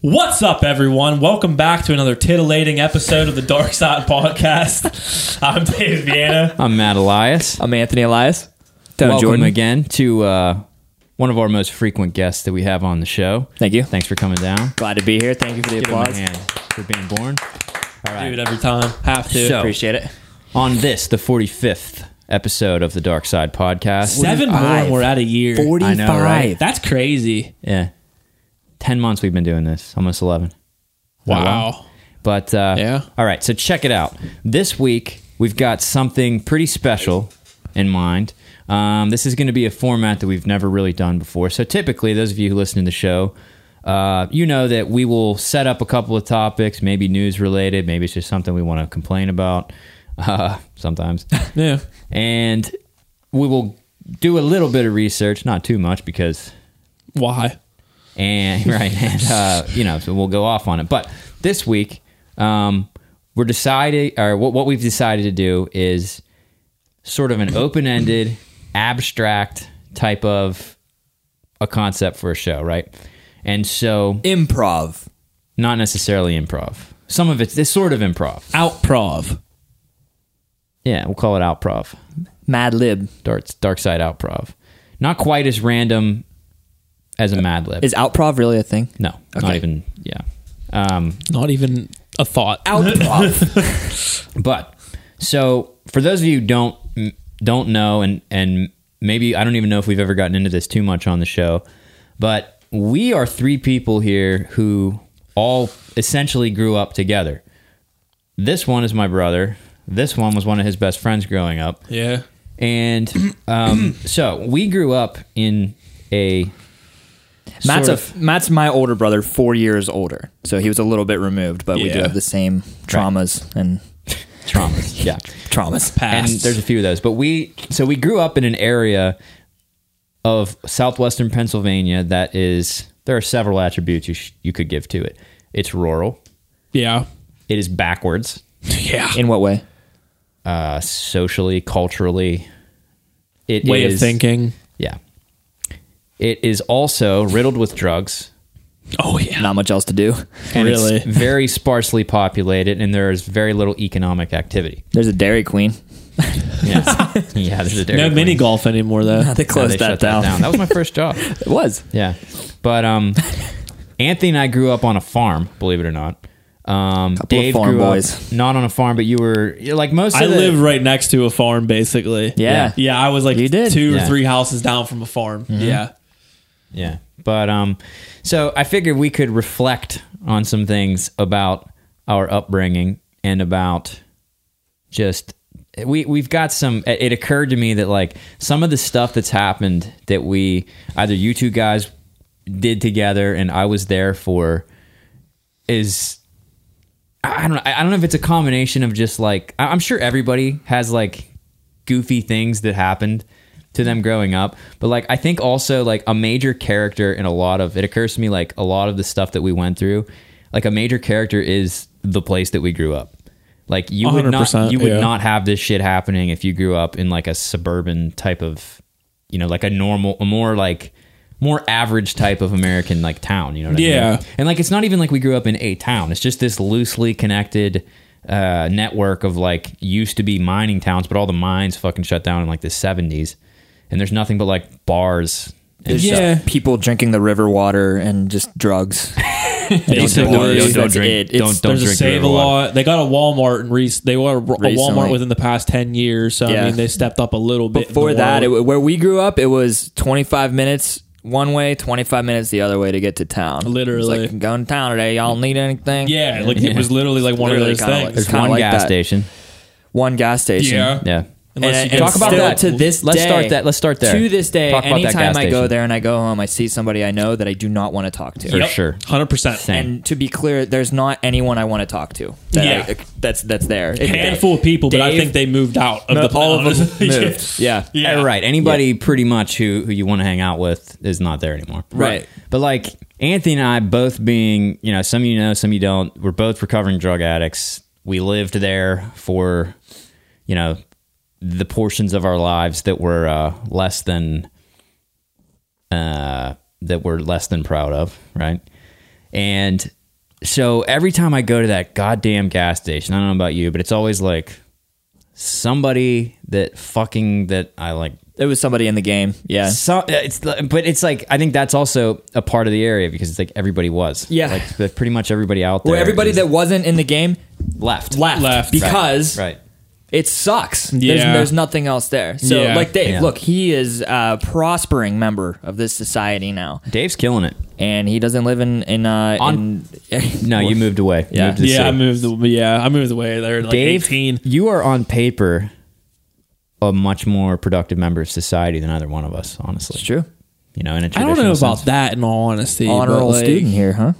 What's up, everyone? Welcome back to another titillating episode of the Dark Side Podcast. I'm Dave Vienna. I'm Matt Elias. I'm Anthony Elias. Down Welcome Jordan. again to uh, one of our most frequent guests that we have on the show. Thank you. Thanks for coming down. Glad to be here. Thank you for the Give him a applause. hand for being born. All Do it right. every time. Have to. So- Oh. Appreciate it. On this, the 45th episode of the Dark Side Podcast. Seven more, and we're at a year. I know, right? Oh, That's crazy. Yeah. 10 months we've been doing this, almost 11. Wow. But uh, Yeah. All right. So check it out. This week we've got something pretty special in mind. Um, this is going to be a format that we've never really done before. So typically, those of you who listen to the show. Uh, you know that we will set up a couple of topics, maybe news related, maybe it's just something we want to complain about uh, sometimes. Yeah. and we will do a little bit of research, not too much because Why? and right and uh, you know so we'll go off on it but this week um, we're deciding or what, what we've decided to do is sort of an open-ended abstract type of a concept for a show right and so Improv. not necessarily improv some of it's, it's sort of improv Outprov. yeah we'll call it outprov Mad Lib. dark, dark side outprov not quite as random as a mad lib Is outprov really a thing? no not okay. even yeah um, Not even a thought. Outprov. But so for those of you who don't don't know and and maybe I don't even know if we've ever gotten into this too much on the show, but we are three people here who all essentially grew up together. This one is my brother. This one was one of his best friends growing up. yeah. And um, so we grew up in a Matt's sort a, of- Matt's my older brother, four years older. So he was a little bit removed, but we do Yeah. have the same traumas and traumas. Yeah. traumas. Past. and there's a few of those. But we so we grew up in an area of southwestern Pennsylvania that is there are several attributes you sh- you could give to it. It's rural. yeah. It is backwards, Yeah. In what way? uh, socially, culturally. It Way of is- thinking. Yeah. It is also riddled with drugs. Oh, yeah. Not much else to do. And Really? it's very sparsely populated, and there is very little economic activity. There's a Dairy Queen. Yes. yeah, there's a Dairy No Queen. mini golf anymore, though. They No, they closed shut that, down. That was my first job. It was. Yeah. But um Anthony and I grew up on a farm, believe it or not. Um Couple of Dave farm grew boys. up not on a farm, but you were you're like most of I the- live right next to a farm, basically. Yeah. Yeah. I was like You did. two or Yeah. three houses down from a farm. Yeah. Yeah. But um so I figured we could reflect on some things about our upbringing and about just we we've got some it it occurred to me that like some of the stuff that's happened that we either you two guys did together and I was there for is I I don't know. I I don't know if it's a combination of just like I- I'm sure everybody has like goofy things that happened to them growing up, but like I think also like a major character in a lot of it occurs to me like a lot of the stuff that we went through, like a major character is the place that we grew up. Like you would not 100%, you would yeah. not have this shit happening if you grew up in like a suburban type of you know like a normal a more like more average type of American like town, you know what I mean? Yeah. And like it's not even like we grew up in a town. It's just this loosely connected uh, network of like used to be mining towns, but all the mines fucking shut down in like the seventies, and there's nothing but like bars. And There's stuff. Yeah. just people drinking the river water and just drugs. Basically, don't- yeah. don't- that's it. It's- Don't, don't There's a drink save a river water. lot. They got a Walmart and Reese. They were a Walmart Recently. within the past ten years. So I Yeah. mean, they stepped up a little bit. in Before the that, it, world. where we grew up, it was 25 minutes one way, 25 minutes the other way to get to town. It was Literally. like, going to town today. Y'all need anything? yeah, like it was literally like one Literally of those kinda like- things. There's kinda one like gas that. station. One gas station. yeah, Yeah. Unless And- you and get Talk about still that. to this Let's day- start that- let's start there. To this day, Talk about that anytime gas I go station. there and I go home, I see somebody I know that I do not want to talk to. For sure. hundred percent. Same. And to be clear, there's not anyone I want to talk to. That Yeah. I- that's that's there. Handful of people, but I Dave- think they moved out of No, the all of them Yeah. moved. Yeah. Yeah. Yeah, right. Anybody pretty much who, who you want to hang out with is not there anymore. Right. But like Anthony and I both being, you know, some you know, some you don't, we're both recovering drug addicts. We lived there for, you know, the portions of our lives that were uh, less than uh, that we're less than proud of, right? And so every time I go to that goddamn gas station, I don't know about you, but it's always like somebody that fucking that I like It was somebody in the game. Yeah. so, it's but it's like I think that's also a part of the area because it's like everybody was Yeah. like but pretty much everybody out there Where everybody is that wasn't in the game left left, Left. because right it sucks. There's, Yeah. there's nothing else there. So Yeah. like Dave, Yeah. look, he is a prospering member of this society now, Dave's killing it and he doesn't live in in, uh, On- in no you moved away You Yeah. moved to the Yeah, city. I moved. Yeah, I moved away there. Like Dave eighteen. you are on paper a much more productive member of society than either one of us honestly It's true. you know in a I don't know traditional about sense. that. In all honesty, Honor but, roll like, student here, huh?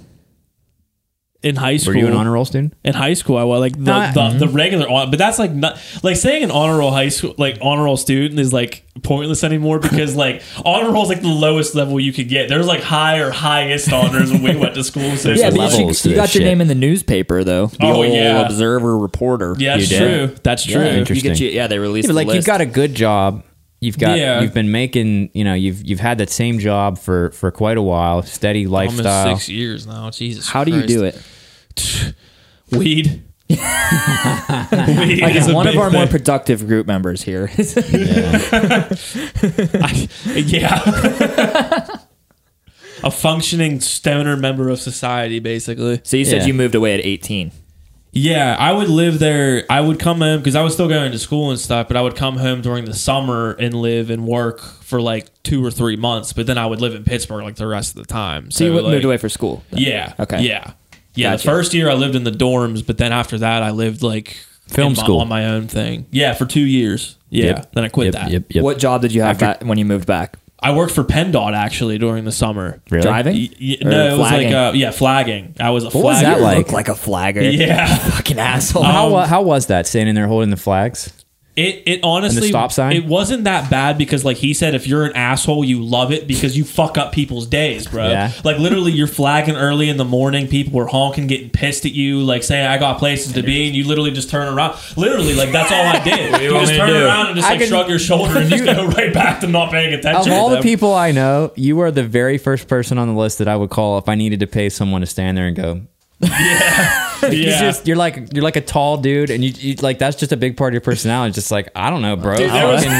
in high school. were you an honor roll student in high school, I was like the, Not- the, the Mm-hmm. regular, hon- but that's like not like saying an honor roll high school, like honor roll student is like pointless anymore because like honor roll is like the lowest level you could get. There's like high or highest honors when we went to school. So Yeah, There's but you, levels should, to you this got your shit. name in the newspaper though. The Oh, old yeah. Observer reporter. yeah, that's You true. did. That's true. Yeah, you Interesting. get you, yeah, they released Yeah, but the like you've list. got a good job. You've got Yeah. you've been making you know you've you've had that same job for for quite a while. Steady Almost lifestyle. six years now. Jesus, How do you do it? Weed. Weed is a one of big our more thing. productive group members here. yeah. A functioning stoner member of society, basically. so you said Yeah. you moved away at 18. Yeah, I would live there. I would come home because I was still going to school and stuff, but I would come home during the summer and live and work for like two or three months. But then I would live in Pittsburgh like the rest of the time. So you like, moved away for school. then? Yeah. Okay. Yeah. Yeah. Gotcha. The first year I lived in the dorms, but then after that I lived like Film in my- school. on my own thing. Yeah, for two years. Yeah. Yep. Then I quit Yep, that. Yep, yep. What job did you have After- back when you moved back? I worked for PennDOT actually during the summer. Really? Driving? Y- y- Or no, it was like flagging? uh, yeah, flagging. I was a What was flagger. that like? Oh, Look like a flagger. Yeah. Fucking asshole. How wa- how was that standing there holding the flags? It it honestly stop sign? It wasn't that bad because like he said, if you're an asshole, you love it because you fuck up people's days, bro. Yeah. Like literally, you're flagging early in the morning. People were honking, getting pissed at you. Like saying, "I got places to be," and you literally just turn around. Literally, like that's all I did. you want just me to turn do? around and just I like can- shrug your shoulder and just go right back to not paying Of attention. all to the them. people I know, you are the very first person on the list that I would call if I needed to pay someone to stand there and go. yeah. You just you're like you're like a tall dude, and you, you like that's just a big part of your personality. It's Just like I don't know, bro. Dude, there I was- fucking-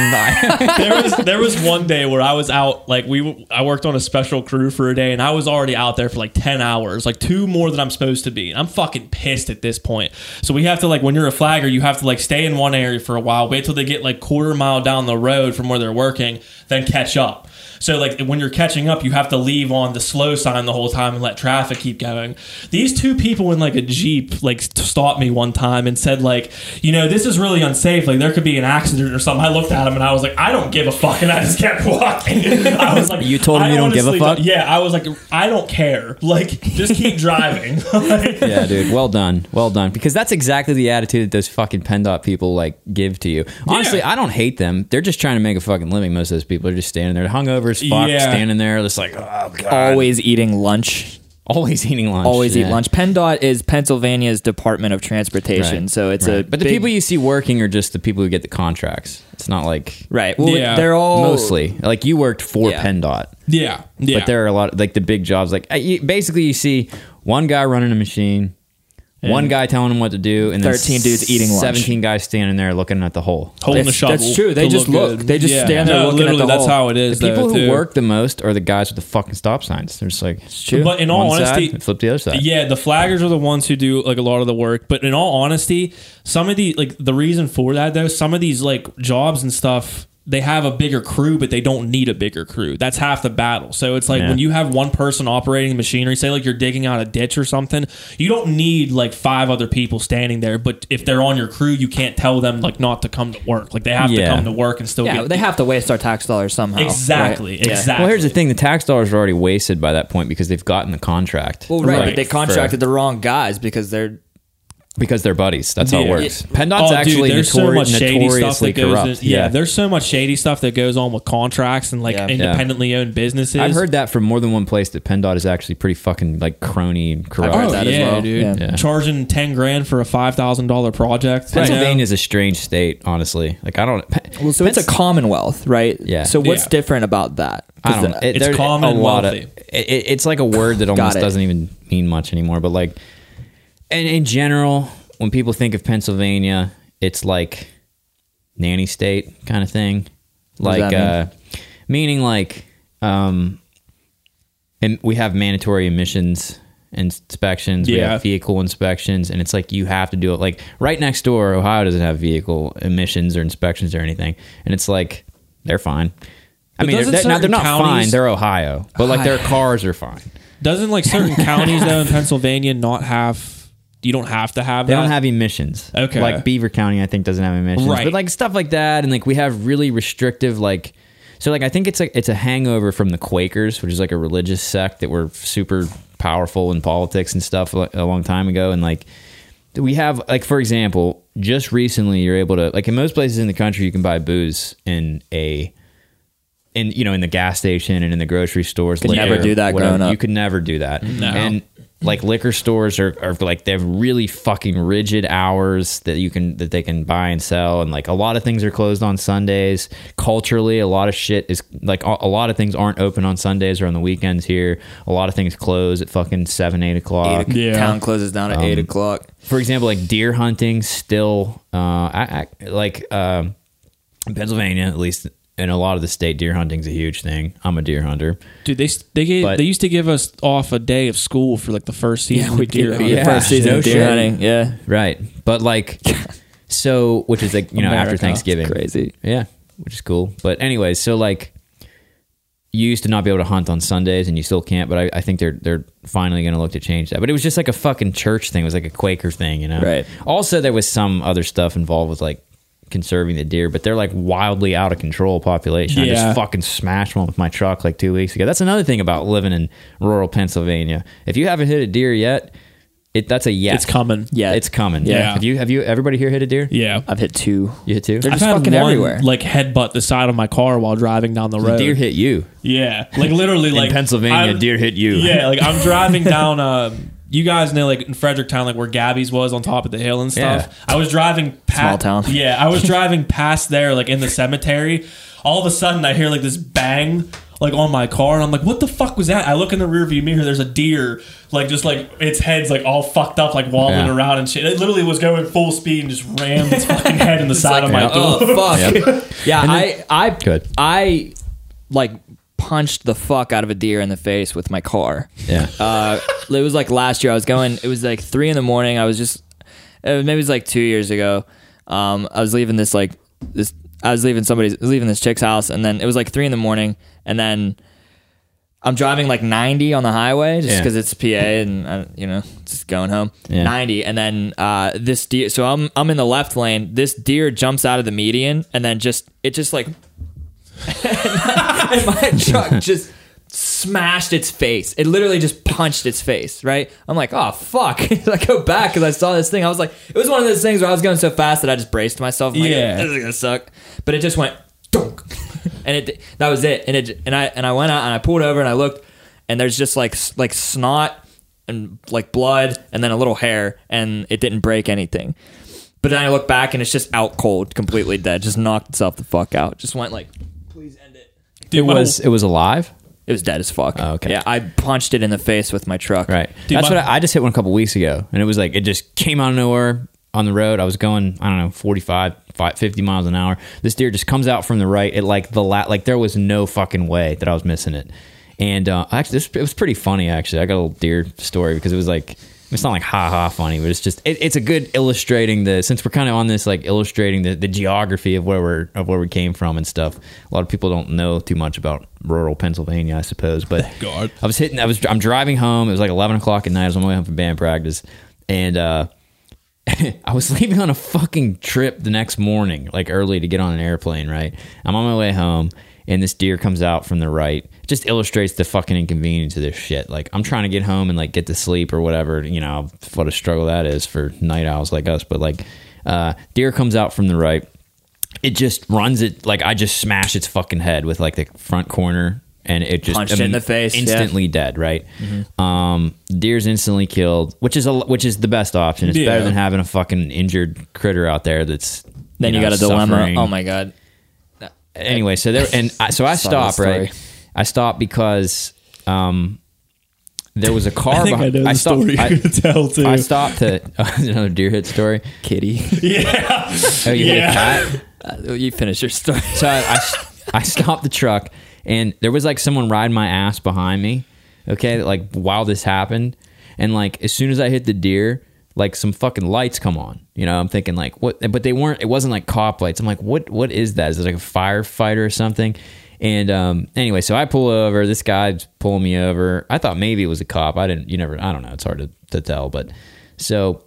there was there was one day where I was out like we I worked on a special crew for a day and I was already out there for like 10 hours like two more than I'm supposed to be and I'm fucking pissed at this point so we have to like when you're a flagger you have to like stay in one area for a while wait till they get like quarter mile down the road from where they're working then catch up so like when you're catching up you have to leave on the slow sign the whole time and let traffic keep going these two people in like a jeep like st- stopped me one time and said like you know this is really unsafe like there could be an accident or something i looked at him and i was like i don't give a fuck and i just kept walking i was like You told him I you don't give a honestly fuck? yeah i was like i don't care like just keep driving Like, yeah, dude. Well done. Well done. Because that's exactly the attitude that those fucking PennDOT people like give to you. Honestly, I don't hate them. They're just trying to make a fucking living. Most of those people are just standing there, hungover as fuck, Yeah. standing there, just like oh god, Always eating lunch. always eating lunch, Always Yeah. eat lunch. PennDOT is Pennsylvania's Department of Transportation, Right. so it's a Right. But the big- people you see working are just the people who get the contracts. It's not like right. Well, Yeah. they're all mostly like you worked for Yeah. PennDOT. yeah yeah But there are a lot of like the big jobs. Like uh, you, basically, you see one guy running a machine, one guy telling him what to do, and then 13 dudes eating lunch. Seventeen guys standing there looking at the hole. holding That's- the shovel that's true. They to just look. good. They just stand there No, looking at literally, the that's hole. how it is The people though, who too. work the most are the guys with the fucking stop signs. They're just like, true. But in all one side, honesty, and flip the other side. Yeah, the flaggers are the ones who do like a lot of the work. But in all honesty, some of the like the reason for that though, some of these like jobs and stuff, they have a bigger crew, but they don't need a bigger crew. That's half the battle. So it's like Yeah. when you have one person operating the machinery, say like you're digging out a ditch or something, you don't need like five other people standing there. But if they're on your crew, you can't tell them like not to come to work. Like they have Yeah. to come to work and still yeah, get they have to waste our tax dollars somehow. right? exactly, Yeah. exactly. Well, here's the thing: the tax dollars are already wasted by that point because they've gotten the contract. Well, right, Right. but they contracted the wrong guys because they're because they're buddies. That's how it Yeah. Oh, works. PennDOT's actually there's notori- that notoriously goes corrupt. in- yeah, there's so much shady stuff that goes on with contracts and like Yeah. independently owned businesses. I've heard that from more than one place that PennDOT is actually pretty fucking like crony and corrupt. heard Oh, that yeah, as well. dude. Yeah. Yeah. Charging ten grand for a five thousand dollar project. you know? Pennsylvania is a strange state, honestly. Like I don't. well, so it's a commonwealth, right? Yeah. So what's Yeah. different about that? I don't know. It- It's there's common a and lot wealthy. Of, it, it- it's like a word that almost it. doesn't even mean much anymore. But like, and in general, when people think of Pennsylvania, it's like nanny state kind of thing. does Like, that mean? uh, meaning like, um, and we have mandatory emissions inspections. We Yeah. have vehicle inspections, and it's like you have to do it. Like right next door, Ohio doesn't have vehicle emissions or inspections or anything, and it's like they're fine. I But mean, they're, doesn't they're not, they're certain not counties- fine. They're Ohio, but like their cars are fine. Doesn't like certain counties though in Pennsylvania not have? You don't have to have. They that? don't have emissions. Okay. like Beaver County, I think doesn't have emissions, Right. but like stuff like that, and like we have really restrictive like. So like I think it's a it's a hangover from the Quakers, which is like a religious sect that were super powerful in politics and stuff like, a long time ago, and like we have like for example, just recently you're able to like in most places in the country you can buy booze in a in you know in the gas station and in the grocery stores. Could never do that growing up. You could never do that. And like liquor stores are, are like they have really fucking rigid hours that you can that they can buy and sell and like a lot of things are closed on Sundays. Culturally, a lot of shit is like a, a lot of things aren't open on Sundays or on the weekends here. A lot of things close at fucking seven eight o'clock. Yeah. Town closes down at Um, eight o'clock. For example, like deer hunting still uh I, I like um in Pennsylvania at least in a lot of the state deer hunting's a huge thing. I'm a deer hunter. Dude, they they gave, But- they used to give us off a day of school for like the first season. of deer hunting. The first season No of deer shit. hunting. Yeah, Right. But like, so, which is like, you know, America. after Thanksgiving. crazy. Yeah. Which is cool. But anyway, so like, you used to not be able to hunt on Sundays and you still can't, but I, I think they're they're finally going to look to change that. But it was just like a fucking church thing. It was like a Quaker thing, you know? Right. Also, there was some other stuff involved with like conserving the deer, but they're like wildly out of control population. I Yeah. just fucking smashed one with my truck like two weeks ago. That's another thing about living in rural Pennsylvania. If you haven't hit a deer yet, it, that's a yes. It's coming. Yeah. It's coming. Yeah. Have you have you everybody here hit a deer? Yeah. I've hit two. You hit two? They're I've just had fucking one, everywhere. Like headbutt the side of my car while driving down the road. Deer hit you. Yeah, like literally, like In Pennsylvania, I'm- deer hit you. Yeah, like I'm driving down. Um, you guys know, like in Fredericktown, like where Gabby's was on top of the hill and stuff. I was driving past. Small town. Yeah, I was driving past there, like in the cemetery. All of a sudden, I hear like this bang. Like on my car, and I'm like, "What the fuck was that?" I look in the rearview mirror. There's a deer, like just like its head's like all fucked up, like wobbling Yeah. around and shit. It literally was going full speed and just rammed its fucking head in the side of my yeah. door. fuck. Yeah, I I Good. I like punched the fuck out of a deer in the face with my car. Yeah. Uh, it was like last year. I was going. It was like three in the morning. I was just it was- maybe it was like two years ago. Um, I was leaving this like this. I was leaving somebody's I was leaving this chick's house, and then it was like three in the morning, and then I'm driving like 90 on the highway just Yeah. because it's PA and I, you know just going home. Yeah. 90, and then uh, this deer. So I'm I'm in the left lane. This deer jumps out of the median, and then just it just like and my truck just smashed its face. It literally just punched its face, right? I'm like, oh, fuck. I go back because I saw this thing. I was like, it was one of those things where I was going so fast that I just braced myself. I'm like, Yeah. This is going to suck. But it just went, dunk. and it that was it. And it and I and I went out and I pulled over and I looked and there's just like s- like snot and like blood and then a little hair and it didn't break anything. But then I look back and it's just out cold, completely dead. Just knocked itself the fuck out. Just went like Dude, it my- was it was alive. It was dead as fuck. Oh, okay. Yeah, I punched it in the face with my truck. Right. Dude, That's my- what I, I just hit one a couple weeks ago, and it was like it just came out of nowhere on the road. I was going I don't know 45, fi- 50 miles an hour. This deer just comes out from the right. It like the la- like there was no fucking way that I was missing it. And uh, actually, this, it was pretty funny. Actually, I got a little deer story because it was like it's not like ha ha funny, but it's just it, it's a good illustrating the since we're kind of on this like illustrating the, the geography of where we're of where we came from and stuff. A lot of people don't know too much about rural Pennsylvania, I suppose. But God. I was hitting. I was. I'm driving home. It was like 11 o'clock at night. I was on my way home from band practice, and uh, I was leaving on a fucking trip the next morning, like early to get on an airplane. Right. I'm on my way home, and this deer comes out from the right. Just illustrates the fucking inconvenience of this shit. Like I'm trying to get home and like get to sleep or whatever. You know what a struggle that is for night owls like us. But like, uh, deer comes out from the right it just runs it like I just smash its fucking head with like the front corner and it just Punched it in the face, yeah. Mm-hmm. instantly dead right um deer's instantly killed which is a which is the best option it's Yeah. better than having a fucking injured critter out there that's Then you, know, got a dilemma. suffering Oh my god. anyway, so there and I, so I Saw that stop right, story. I stopped because um, there was a car I think I behind. know the stopped. story I, you're gonna tell too. I stopped to another deer hit story. Kitty. yeah, Oh, you hit a Yeah. cat? Uh, you finish your story. So I, I, I stopped the truck, and there was like someone riding my ass behind me. Okay, like while this happened, and like as soon as I hit the deer, like some fucking lights come on. You know, I'm thinking like what, but they weren't. It wasn't like cop lights. I'm like, what? What is that? Is it like a firefighter or something? And um, anyway, so I pull over. This guy's pulling me over. I thought maybe it was a cop. I didn't. You never. I don't know. It's hard to, to tell. But so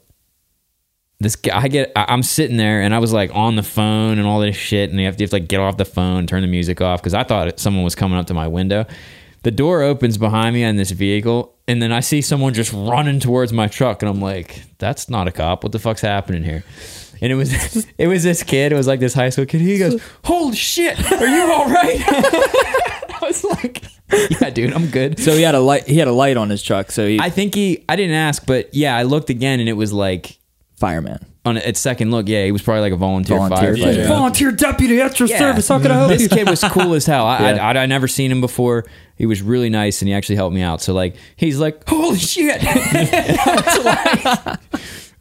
this guy, I get, I- I'm sitting there and I was like on the phone and all this shit. And you have to, you have to like get off the phone, turn the music off because I thought someone was coming up to my window. The door opens behind me on this vehicle. And then I see someone just running towards my truck. And I'm like, that's not a cop. What the fuck's happening here? And it was, it was this kid. It was like this high school kid. He goes, holy shit, are you all right? I was like, yeah, dude, I'm good. So he had a light. He had a light on his truck. So he I think he, I didn't ask, but yeah, I looked again and it was like, fireman. on at second look, yeah, he was probably like a volunteer, Volunteer firefighter. firefighter. volunteer deputy extra This kid was cool as hell. I, I, I'd, I'd never seen him before. He was really nice, and he actually helped me out. So like, he's like, "Holy shit!" And I, was like,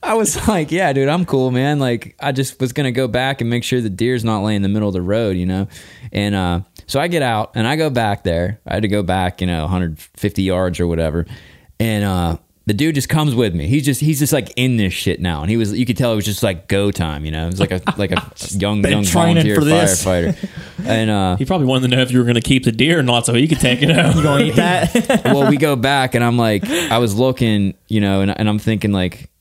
I was like, "Yeah, dude, I'm cool, man." Like, I just was gonna go back and make sure the deer's not laying in the middle of the road, you know. And uh, so I get out and I go back there. I had to go back, you know, 150 yards or whatever, and uh. The dude just comes with me. He's just he's just like in this shit now, and he was you could tell it was just like go time, you know. It was like a like a young Been young training volunteer for this. firefighter, and uh, He probably wanted to know if you were gonna keep the deer or not, so he could take it out. you gonna eat that? well, we go back, and I'm like, I was looking, you know, and, and I'm thinking like,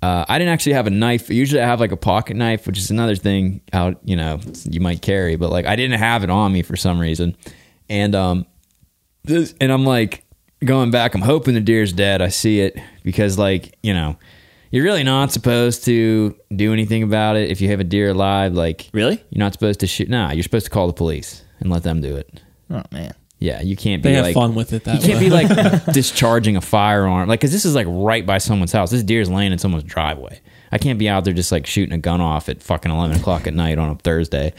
uh, I didn't actually have a knife. Usually, I have like a pocket knife, which is another thing out, you know, you might carry, but like I didn't have it on me for some reason, and um, this, and I'm like going back. I'm hoping the deer's dead. I see it because like you know, you're really not supposed to do anything about it if you have a deer alive. Like Really? you're not supposed to shoot. Nah, you're supposed to call the police and let them do it. Oh man. Yeah, you can't be They have like fun with it. That you can't way. be like discharging a firearm, like because this is like right by someone's house. This deer's laying in someone's driveway. I can't be out there just like shooting a gun off at fucking eleven o'clock at night on a Thursday.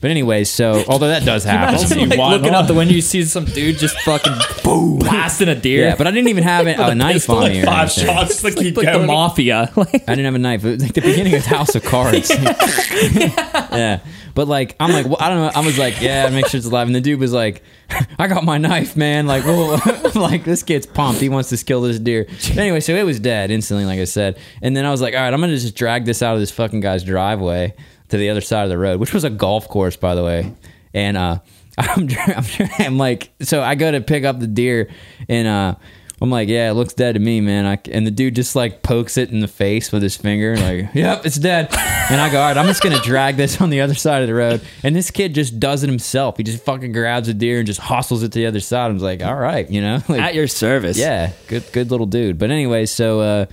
But anyway, so although that does happen, to me. Like, Why looking not? out the window, you see some dude just fucking boom blasting a deer. yeah, but I didn't even have a, a knife on me. Or five anything. shots to keep like the going. mafia. Like, I didn't have a knife. It was like the beginning of House of Cards. yeah. But like, I'm like, well, I don't know. I was like, yeah, make sure it's alive. And the dude was like, I got my knife, man. Like, well, like this kid's pumped. He wants to kill this deer. But anyway, so it was dead instantly, like I said. And then I was like, all right, I'm going to just drag this out of this fucking guy's driveway to the other side of the road, which was a golf course, by the way. And, uh, I'm, dr- I'm, dr- I'm like, so I go to pick up the deer and, uh, I'm like, yeah, it looks dead to me, man. I, and the dude just like pokes it in the face with his finger, like, yep, it's dead. And I go, all right, I'm just gonna drag this on the other side of the road. And this kid just does it himself. He just fucking grabs a deer and just hostels it to the other side. I was like, all right, you know, like, at your service. yeah, good, good little dude. But anyway, so, uh,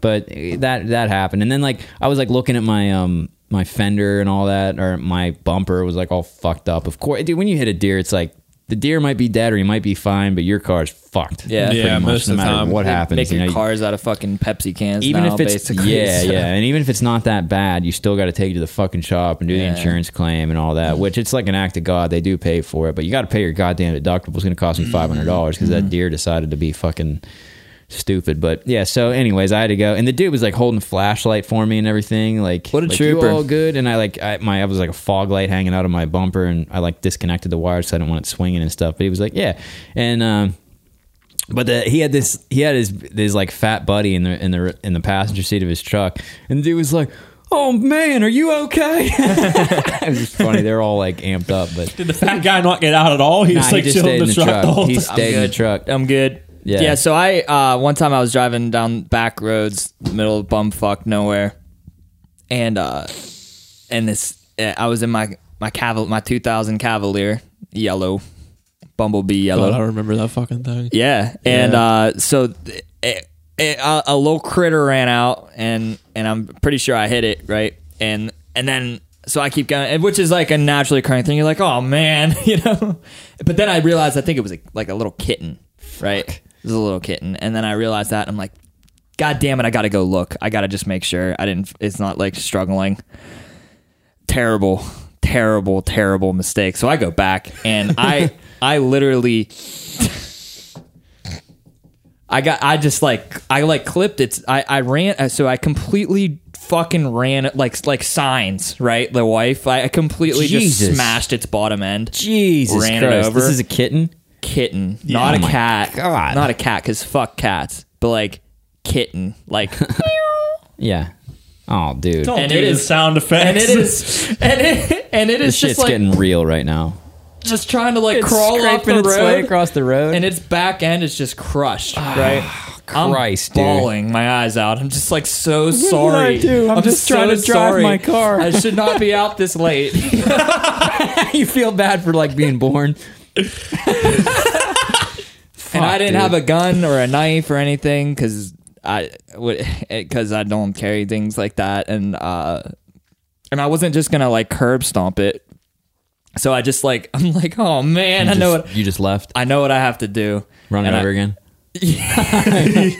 but that that happened, and then like I was like looking at my um my fender and all that, or my bumper was like all fucked up. Of course, dude, when you hit a deer, it's like. The deer might be dead or you might be fine, but your car's fucked Yeah, Yeah. pretty much, most no of the matter time. what They happens. Making you know, cars out of fucking Pepsi cans. even now, if it's basically. yeah, So- yeah, and even if it's not that bad, you still got to take it to the fucking shop and do Yeah. Mm-hmm. the insurance claim and all that. Which it's like an act of God; they do pay for it, but you got to pay your goddamn deductible. It's going to cost me five hundred dollars Mm-hmm. because that deer decided to be fucking stupid. But yeah, so anyways, I had to go, and the dude was like holding a flashlight for me and everything. Like, What a like, "You trooper." all good? And I like I, my I was like a fog light hanging out of my bumper, and I like disconnected the wires so I didn't want it swinging and stuff. But he was like, yeah, and. um but the, he had this he had his his like fat buddy in the in the in the passenger seat of his truck and the dude was like oh man are you okay it was just funny they're all like amped up but Did the fat guy not get out at all? He nah, was like he just chilling stayed the, in the truck. The whole he time. stayed in the truck Oh, I'm good. Yeah. Yeah. So I uh, one time I was driving down back roads, middle of bumfuck nowhere, and uh, and this uh, I was in my my caval my 2000 Cavalier yellow, bumblebee yellow. God, I remember that fucking thing. Yeah, and Uh, so th- it, it, a, a little critter ran out, and and I'm pretty sure I hit it right, and and then so I keep going, and which is like a naturally occurring thing. You're like, oh man, you know, but then I realized I think it was like a little kitten, right? It was a little kitten, and then I realized that and I'm like, god damn it, I gotta go look. I gotta just make sure I didn't. It's not like struggling. Terrible, terrible, terrible mistake. So I go back and I I literally I got I just like I like clipped it. I I ran uh, so I completely fucking ran like like signs right the wife I completely Jesus. just smashed its bottom end Jesus Ran it Christ! over. This is a kitten. kitten, not Oh a my cat, God. not a cat, because fuck cats, but like kitten, like, Yeah. Oh, dude, Don't And do it the is- sound effects. and it is, and it, and it this is shit's just like getting real right now. just trying to like crawl up Scraping the its way road, across the road. and its back end is just crushed, right? Christ, I'm dude. bawling my eyes out. I'm just like so sorry. do? I'm just trying to drive sorry. my car. I should not be out this late. you feel bad for like being born. and I didn't dude. have a gun or a knife or anything because I because I don't carry things like that, and uh, and I wasn't just gonna like curb stomp it. So I just like I'm like, oh man, I know Just- what you just left. I know what I have to do. Run it And I- over again.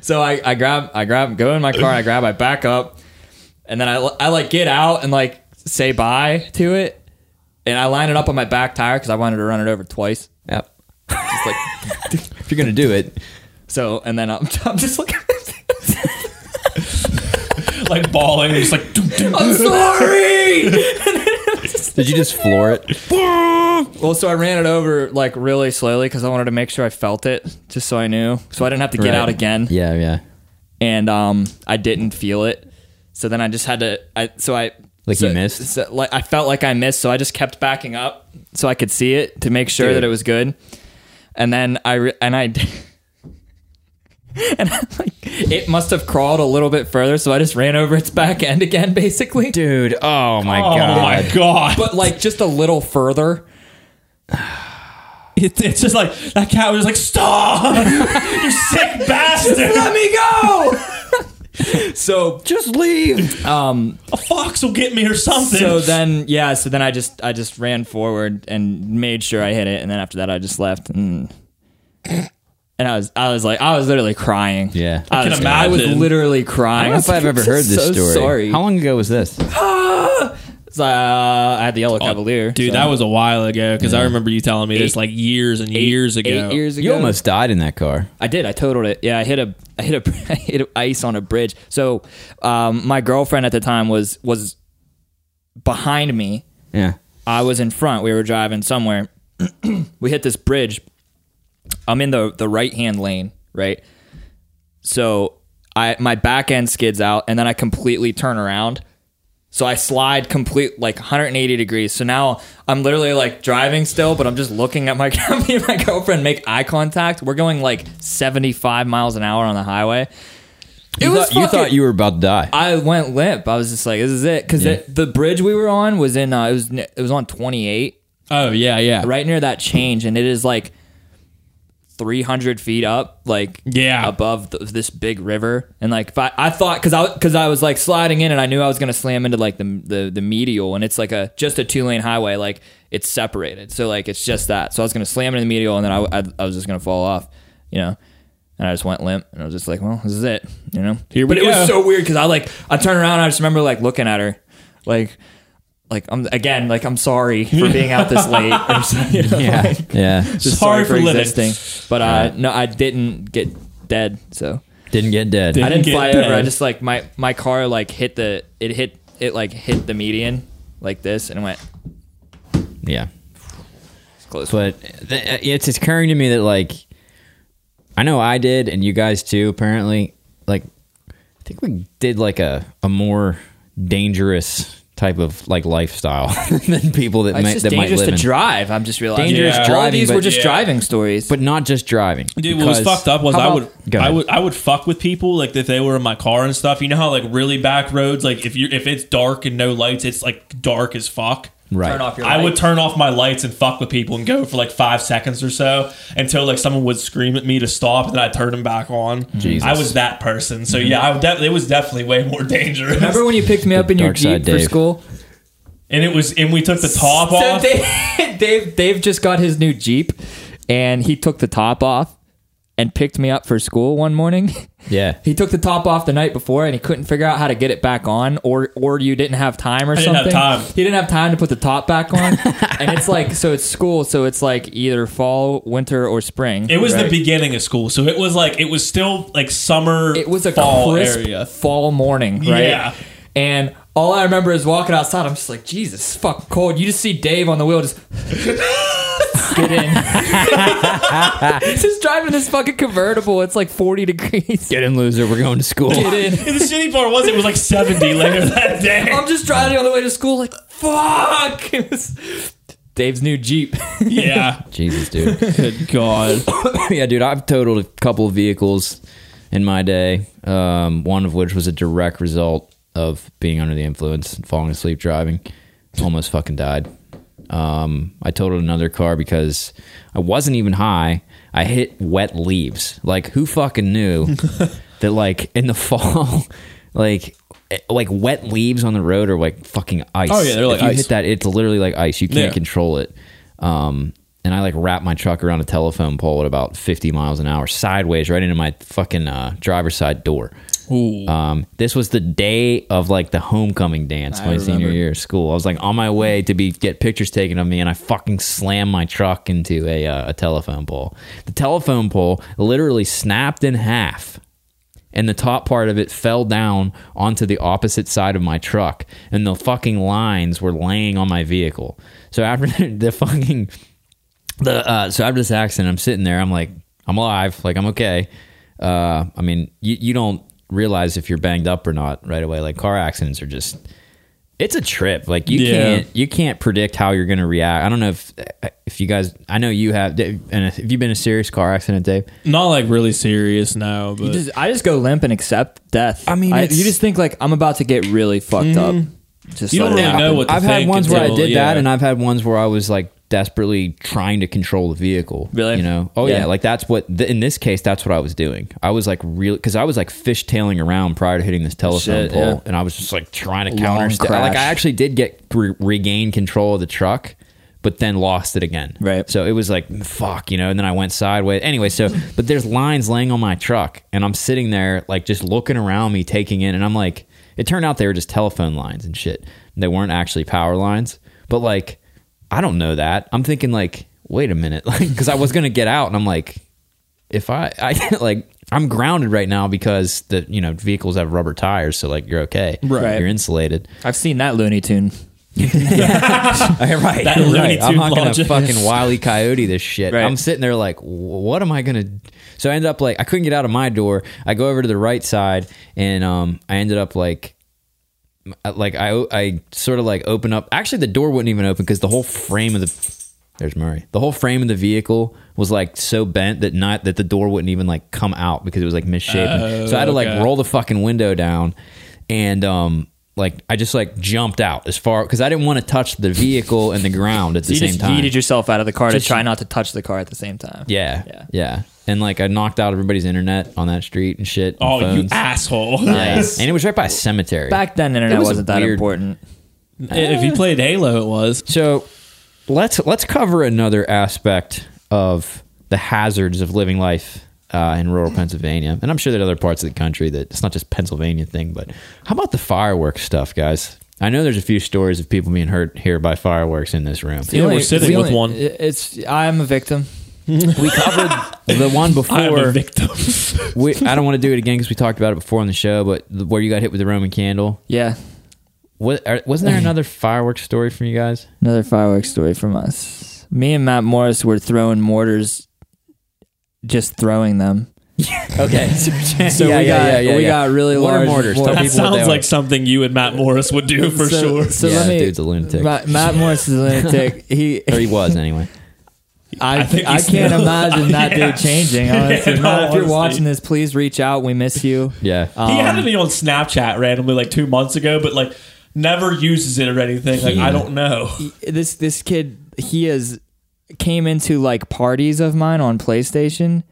So I, I grab I grab go in my car, I grab I back up, and then I I like get out and like say bye to it, and I line it up on my back tire because I wanted to run it over twice. Yep. Just like If you're gonna do it, so, and then I'm, I'm just like. like bawling. It's like doom, doom. I'm sorry. did you just floor it? Well, so I ran it over like really slowly because I wanted to make sure I felt it, just so I knew, so I didn't have to get Right. out again. Yeah, yeah. And um, I didn't feel it, so then I just had to. I so I Like so- you missed? so, like I felt like I missed, so I just kept backing up so I could see it to make sure Dude. that it was good. And then I re- and I. And I'm like, it must have crawled a little bit further, so I just ran over its back end again, basically. Dude, oh my Oh my god! But like just a little further. It, it's just like that cat was like, "Stop! you sick bastard! Let me go. so Just leave. A fox will get me or something." so then yeah so then i just i just ran forward and made sure i hit it and then after that i just left and and i was i was like i was literally crying Yeah. i, can was, I was imagine. literally crying I don't know was if I've like, ever "I'm heard this so story. sorry How long ago was this? It's like, uh, i had the yellow cavalier Oh, dude, so- that was a while ago because I remember you telling me this like years and years ago. eight years ago You almost died in that car. I did. I totaled it. Yeah, I hit a I hit a I hit a ice on a bridge. So, um, my girlfriend at the time was was behind me, Yeah. I was in front. We were driving somewhere. we hit this bridge. I'm in the the right hand lane, right? So I my back end skids out, and then I completely turn around. So I slide complete like 180 degrees. So now I'm literally like driving still, but I'm just looking at my me and my girlfriend make eye contact. We're going like 75 miles an hour on the highway. It You was thought, you fucking- thought you were about to die. I went limp. I was just like, "This is it," because the bridge we were on was in uh, it was it was on twenty eight, Oh yeah, yeah, right near that change, and it is like three hundred feet up, like Yeah. above th- this big river, and like if I, I thought because I because I was like sliding in, and I knew I was gonna slam into like the the the medial, and it's like a just a two lane highway, like it's separated, so like it's just that. So I was gonna slam into the medial, and then I I, I was just gonna fall off, you know. And I just went limp, and I was just like, "Well, this is it," you know. Here we but it go. was so weird because I like I turned around, and I just remember like looking at her, like, like I'm again, like I'm sorry for being out this late. or something, you know, like, yeah. just Sorry sorry, for for, living. existing. But uh, no, I didn't get dead. So Didn't get dead. Didn't I didn't get fly dead. over. I just like my my car like hit the it hit it like hit the median like this and it went Yeah. it's close. But th- it's it's occurring to me that like I know I did and you guys too apparently like I think we did like a a more dangerous type of like lifestyle than people that it's might just that might dangerous live to in. drive. I'm just realizing Dangerous All driving, these but- were just Yeah. driving stories. but not just driving. Dude, what was because- fucked up was How I about- would Go I ahead. would I would fuck with people like if they were in my car and stuff. You know how like really back roads like if you if it's dark and no lights, it's like dark as fuck. Right. Turn off your I would lights. turn off my lights and fuck with people and go for like five seconds or so until like someone would scream at me to stop and then I turn them back on. Jesus. I was that person. So yeah, I would def- it was definitely way more dangerous. Remember when you picked me up in your dark side jeep for Dave. school? and it was and we took the top So off. Dave, Dave, Dave just got his new Jeep, and he took the top off, and picked me up for school one morning. Yeah. He took the top off the night before and he couldn't figure out how to get it back on, or or you didn't have time or didn't something. have time. He didn't have time to put the top back on, and it's like so it's school, so it's like either fall, winter, or spring. It was the right? beginning of school, so it was like it was still like summer. it was a fall crisp area. fall morning, right? Yeah. And all I remember is walking outside. I'm just like, Jesus, it's fucking cold. You just see Dave on the wheel, just get in, just driving this fucking convertible. It's like 40 degrees. Get in, loser. We're going to school. Get in. And the shitty part was it was like seventy later that day. I'm just driving on the way to school, like, fuck. It was Dave's new Jeep. Yeah. Jesus, dude. Good God. yeah, dude. I've totaled a couple of vehicles in my day. Um, one of which was a direct result of being under the influence, and falling asleep driving. Almost fucking died. Um, I totaled another car because I wasn't even high. I hit wet leaves. Like who fucking knew that? Like in the fall, like eh, like wet leaves on the road are like fucking ice. Oh, yeah, they're like if you ice. hit that, it's literally like ice. You can't Yeah. control it. Um, and I like wrapped my truck around a telephone pole at about 50 miles an hour sideways, right into my fucking uh, driver's side door. Ooh. Um, this was the day of like the homecoming dance my senior year of school. I was like on my way to be get pictures taken of me, and I fucking slammed my truck into a uh, a telephone pole. The telephone pole literally snapped in half, and the top part of it fell down onto the opposite side of my truck, and the fucking lines were laying on my vehicle. So after the fucking the uh, so after this accident, I'm sitting there. I'm like, I'm alive. Like I'm okay. Uh, I mean, you you don't realize if you're banged up or not right away. Like car accidents are just, it's a trip. Like you Yeah. can't you can't predict how you're gonna react. I don't know if if you guys. I know you have. Dave, And if you've been in a serious car accident, Dave. Not like really serious now, but I just go limp and accept death. I mean, it's- you just think, like, I'm about to get really fucked up. Just You let don't it really happen. know what to I've had think ones where I until- did yeah. that, and I've had ones where I was like desperately trying to control the vehicle. Really? You know? Oh yeah. Yeah. Like that's what th- in this case that's what I was doing. I was like real because I was like fishtailing around prior to hitting this telephone Shit, pole, yeah. and I was just like trying to Long counter. st- Like crash. I actually did get re- regain control of the truck. But then lost it again. Right. So it was like fuck, you know. And then I went sideways. Anyway, so but there's lines laying on my truck, and I'm sitting there like just looking around me, taking in, and I'm like, it turned out they were just telephone lines and shit. They weren't actually power lines. But like, I don't know that. I'm thinking like, wait a minute, like because I was gonna get out, and I'm like, if I I like. I'm grounded right now because the you know vehicles have rubber tires, so like you're okay, Right. You're insulated. I've seen that Looney Tune. right, That Looney I'm Tune not going to logic. fucking wily coyote this shit. Right. I'm sitting there like, "Wh- what am I going to? So I ended up like, I couldn't get out of my door. I go over to the right side, and um, I ended up like, like I I sort of like open up. Actually, the door wouldn't even open because the whole frame of the there's Murray. The whole frame of the vehicle was like so bent that not that the door wouldn't even like come out because it was like misshapen. Oh, so I had to like okay. roll the fucking window down, and um like I just like jumped out as far because I didn't want to touch the vehicle and the ground at the You same just time. yeeted yourself out of the car Just- to try not to touch the car at the same time. yeah, Yeah. yeah, And like I knocked out everybody's internet on that street and shit. and oh, you phones. asshole. Yeah. And it was right by a cemetery. Back then, It internet was a was not that weird- important. If you played Halo, it was. So let's let's cover another aspect of the hazards of living life uh, in rural Pennsylvania, and I'm sure there are other parts of the country that it's not just Pennsylvania thing. But how about the fireworks stuff, guys? I know there's a few stories of people being hurt here by fireworks in this room. Yeah, we're sitting the with one. It's I'm a victim. We covered the I'm one a before. victim. We, I don't want to do it again because we talked about it before on the show. But the- where you got hit with the Roman candle, Yeah, what, are, wasn't there another fireworks story from you guys? Another fireworks story from us. Me and Matt Morris were throwing mortars, just throwing them. Okay, So we got we got really What are large mortars? Tell that people what they sounds were. like something you and Matt Morris would do for so, sure. So Yeah, let me. dude's a lunatic. Ma- Matt Morris is a lunatic. He, or he was anyway. I, I I, think he's can't still- imagine that Yeah. dude changing. Honestly, Yeah, no, Matt, if you're honestly. watching this, please reach out. We miss you. Yeah. he had me on Snapchat randomly like two months ago, but like never uses it or anything. Like Yeah. I don't know. this this kid he is came into like parties of mine on PlayStation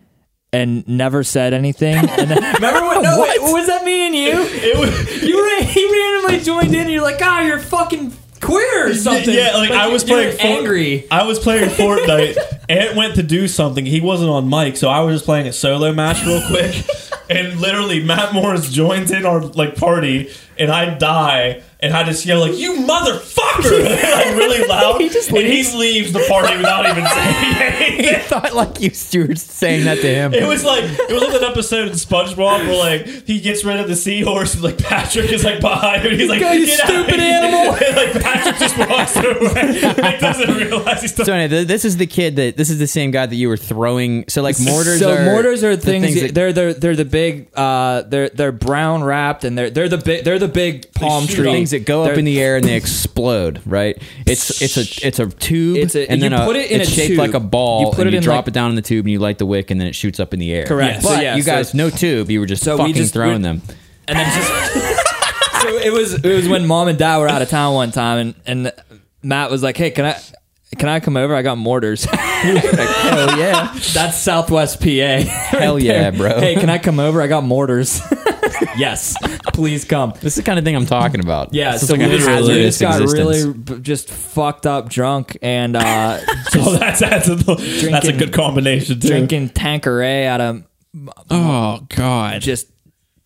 and never said anything. And then, remember what? No, what? was that me and you? It was You ran, he randomly joined in. And you're like, ah, you're fucking quit or something. Yeah, like, I you- was you were playing Fort- angry. I was playing Fortnite. Ant went to do something. He wasn't on mic, so I was just playing a solo match real quick. and literally, Matt Morris joins in our like party, and I die. And I just yell like "You motherfucker!" like really loud. He just and leaves. he leaves the party without even saying anything. I thought like you were saying that to him. It was like it was like that episode in SpongeBob where like he gets rid of the seahorse and like Patrick is like behind him and he's like, Go, you "Get out of stupid here." animal. And, like Patrick just walks away. like doesn't realize he's So anyway, th- this is the kid that this is the same guy that you were throwing. So like mortars. so are mortars are the things, that- they're they're they're the big uh they're they're brown wrapped and they're they're the big they're the big palm shoot tree off. things that go up They're- in the air and they explode, right? It's it's a it's a tube, It's a- and you then a- put it in it's a shaped tube. like a ball. You put and it you in, drop like- it down in the tube, and you light the wick, and then it shoots up in the air. Correct. But So, yeah, you so- guys, no tube. You were just So we fucking just- throwing we- them. and then just so it was it was when mom and dad were out of town one time and and Matt was like, hey, can I can I come over? I got mortars. Oh, Hell yeah! That's Southwest PA. Hell yeah, bro. Hey, can I come over? I got mortars. yes, please come. This is the kind of thing I'm talking about. Yeah, This is so like a we just, we hazardous just got existence. really b- just fucked up, drunk, and uh, Oh, that's that's a, that's a good combination too. drinking Tanqueray out of Oh God, just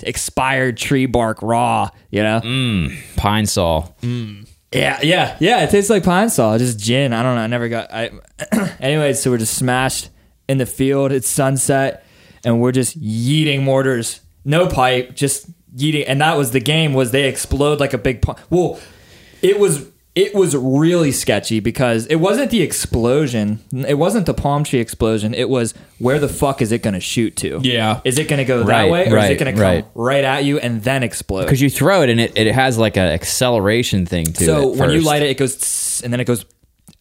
expired tree bark raw. You know? pine saw. Yeah, yeah, yeah. It tastes like pine saw, just gin. I don't know. I never got. I anyways. So we're just smashed in the field. It's sunset, and we're just yeeting mortars. No pipe, just yeeting. And that was the game. Was they explode like a big pine? Well, it was. It was really sketchy because it wasn't the explosion. It wasn't the palm tree explosion. It was where the fuck is it going to shoot to? Yeah. Is it going to go Right, that way or is right, it going to come right. right. at you and then explode? Because you throw it and it, it has like an acceleration thing to it. so when you first. light it, it goes, tss, and then it goes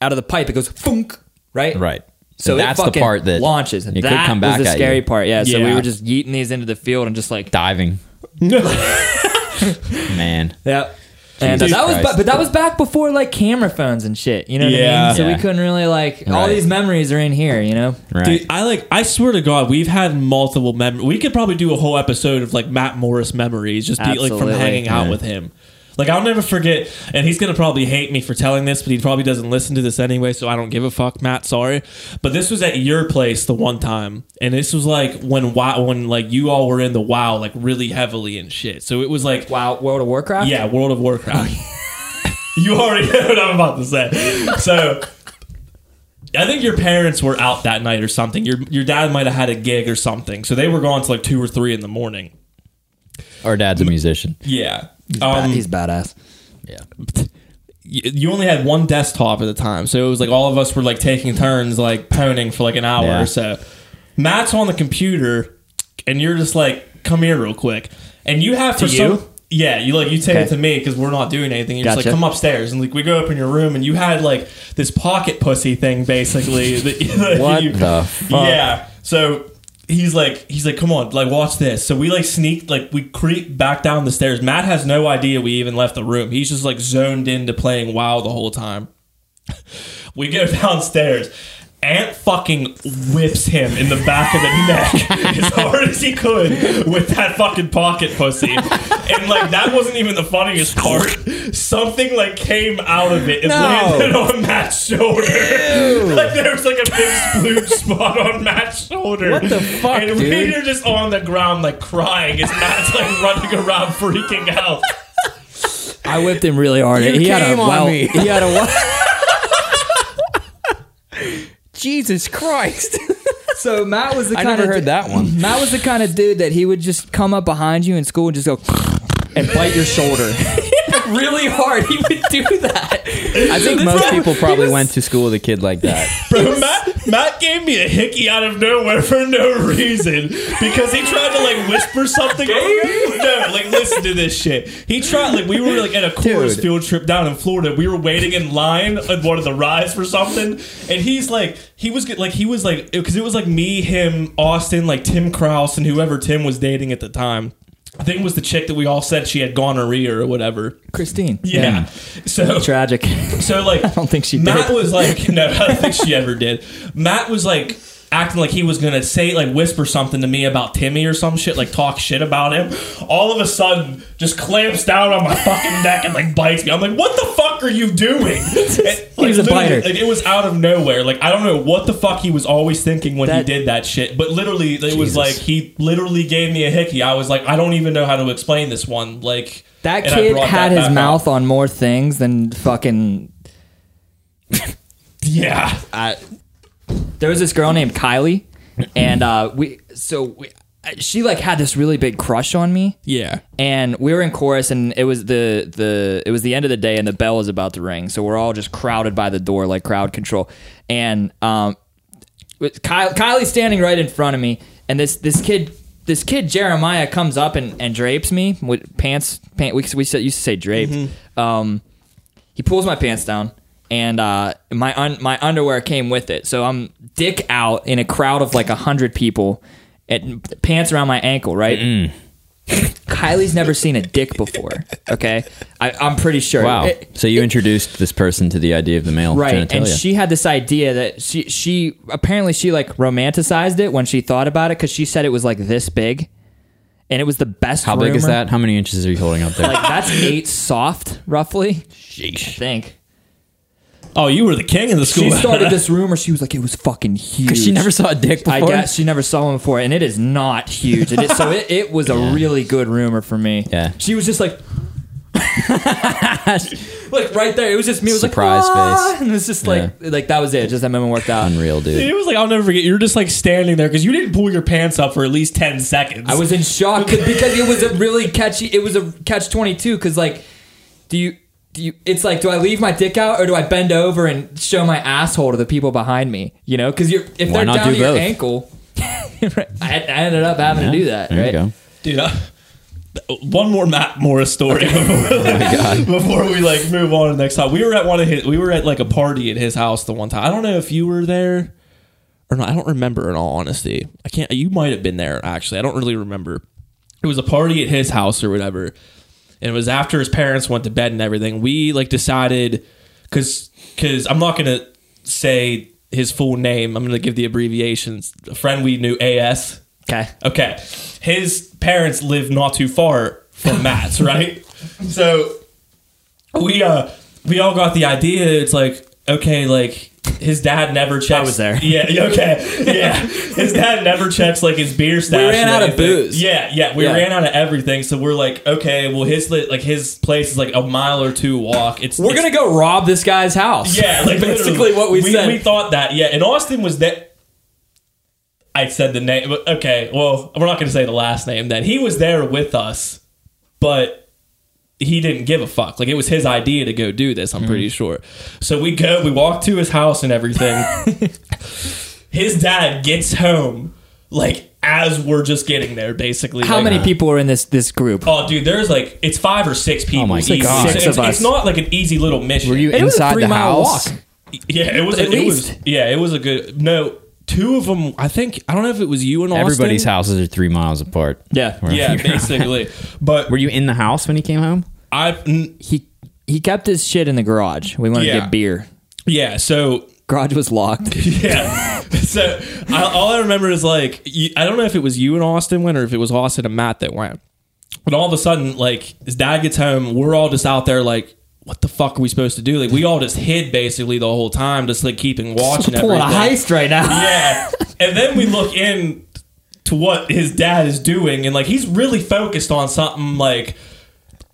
out of the pipe. It goes funk, right? Right. So, So that's it the fucking part that launches. it could that come back was the at scary you. part. Yeah, So we Yeah. were just yeeting these into the field and just like, diving, man. yeah. And uh, Jesus that was, Christ. ba- but that was back before like camera phones and shit. You know what I Yeah. mean? So Yeah. we couldn't really like all Right. these memories are in here. You know? Right. Dude, I like. I swear to God, we've had multiple memories. We could probably do a whole episode of like Matt Morris memories, just be like from Absolutely. hanging out Yeah. with him. Like I'll never forget, and he's gonna probably hate me for telling this, but he probably doesn't listen to this anyway, so I don't give a fuck, Matt. Sorry, but this was at your place the one time, and this was like when wow, when like you all were in the wow like really heavily and shit. So it was like Wow, World of Warcraft. yeah, World of Warcraft. you already know what I'm about to say. So I think your parents were out that night or something. Your your dad might have had a gig or something. So they were gone till like two or three in the morning. Our dad's a musician. Yeah. Um, he's badass. Yeah. y- you only had one desktop at the time, so it was like all of us were like taking turns, like poning for like an hour Yeah. or so. Matt's on the computer, and you're just like, "Come here, real quick," and you have to you? some. Yeah, you like you take it Okay. to me because we're not doing anything. You're just Gotcha. like, come upstairs, and like we go up in your room, and you had like this pocket pussy thing, basically. that, that What you- the fuck? Yeah. So he's like, he's like, come on, like watch this. So we like sneak, like we creep back down the stairs. Matt has no idea we even left the room. He's just like zoned into playing WoW the whole time. We go downstairs. Ant fucking whips him in the back of the neck as hard as he could with that fucking pocket pussy. And like that wasn't even the funniest part. Something like came out of it and landed on Matt's shoulder. like there was like a big splooge spot on Matt's shoulder. What the fuck, And dude? we are just on the ground like crying as Matt's like running around freaking out. I whipped him really hard. he had came a on wow. me. He had a wow. Jesus Christ. So Matt was the I kind never of heard that one. Matt was the kind of dude that he would just come up behind you in school and just go and bite your shoulder really hard. He would do that. I think This most guy- people he probably was- went to school with a kid like that. Bro, Matt, Matt gave me a hickey out of nowhere for no reason because he tried to like whisper something. no, like listen to this shit. He tried like we were like at a chorus Dude. field trip down in Florida. We were waiting in line at one of the rides for something, and he's like he was get- like he was like because it was like me, him, Austin, like Tim Kraus, and whoever Tim was dating at the time. I think it was the chick that we all said she had gonorrhea or whatever. Christine. Yeah. So Tragic. so like, I don't think she Matt did. was like, no, I don't think she ever did. Matt was like acting like he was gonna say like whisper something to me about Timmy or some shit, like talk shit about him. All of a sudden, just clamps down on my fucking neck and like bites me. I'm like, what the fuck are you doing? And, like, was a literally, biter. Like, it was out of nowhere. Like I don't know what the fuck he was always thinking when That- he did that shit. But literally, it was Jesus. like he literally gave me a hickey. I was like, I don't even know how to explain this one. Like That and I kid brought had that his back up. mouth on more things than fucking. Yeah. I, there was this girl named Kylie, and uh, we so we, she like had this really big crush on me. Yeah. and we were in chorus and it was the the it was the end of the day and the bell was about to ring so we're all just crowded by the door like crowd control and um with Kyle, Kylie's standing right in front of me and this this kid this kid Jeremiah comes up and, and drapes me with pants pant we, we said- used to say drape um he pulls my pants down and uh, my un- my underwear came with it so i'm dick out in a crowd of like a 100 people and pants around my ankle right Mm. kylie's never seen a dick before okay I, i'm pretty sure Wow. It- so you introduced this person to the idea of the male right genitalia. and she had this idea that she she apparently she like romanticized it when she thought about it because she said it was like this big and it was the best How big is rumor. that? How many inches are you holding up there? like that's eight soft roughly i think Oh, you were the king of the school. she started this rumor she was like it was fucking huge Because she never saw a dick before. I guess she never saw one before, and it is not huge. It is, so it, it was a really good rumor for me. Yeah. she was just like, like right there. It was just me. It was Surprise like, "Ah," face. and it was just like, like that was it. Just that moment worked out. Unreal, dude. It was like I'll never forget. You're just like standing there because you didn't pull your pants up for at least ten seconds. I was in shock because it was a really catchy. It was a catch twenty two. Because like, do you do you? It's like, do I leave my dick out or do I bend over and show my asshole to the people behind me? You know, because you're if Why they're not down do to your both? ankle. I, I ended up having Yeah, to do that. There right? you go. dude. uh, one more Matt Morris story before we like move on to the next time. We were at one of his. We were at like a party at his house the one time. I don't know if you were there or not. I don't remember. In all honesty, I can't. You might have been there actually. I don't really remember. It was a party at his house or whatever, and it was after his parents went to bed and everything. We like decided because because I'm not gonna say his full name. I'm gonna give the abbreviations. A friend we knew, AS. Okay. Okay. His parents live not too far from Matt's, right? So we uh we all got the idea it's like, okay, like his dad never checks. was there. Yeah, yeah, okay. Yeah. his dad never checks like his beer stash. or ran out of anything. booze. Yeah, yeah. We Yeah. ran out of everything. So we're like, okay, well his li- like his place is like a mile or two walk. It's We're it's- gonna go rob this guy's house. yeah, like basically literally. what we, said. We thought that, yeah. And Austin was that. I said the name, but okay. Well, we're not going to say the last name. Then he was there with us, but he didn't give a fuck. Like it was his idea to go do this. I'm pretty Mm-hmm. sure. So we go, we walk to his house and everything. his dad gets home like as we're just getting there, basically. How Like, many people are in this this group? Oh, dude, there's like it's five or six people. my easy. God. It's- Oh Six it's, of it's us. not like an easy little mission. Were you It was a inside the three-mile house? walk. Yeah, it was. At it was. least. Yeah, it was a good. No, two of them. I think I don't know if it was you and Austin. Everybody's houses are three miles apart. Yeah. Where- Yeah, basically. But Were you in the house when he came home? I. n- He he kept his shit in the garage. We wanted Yeah. to get beer. Yeah. So Garage was locked. yeah. so I, all I remember is like you, I don't know if it was you and Austin went or if it was Austin and Matt that went. But all of a sudden, like his dad gets home, we're all just out there like. What the fuck are we supposed to do? Like we all just hid basically the whole time, just like keeping watch and Pulling a everything. heist right now. yeah. And then we look in to what his dad is doing, and like he's really focused on something like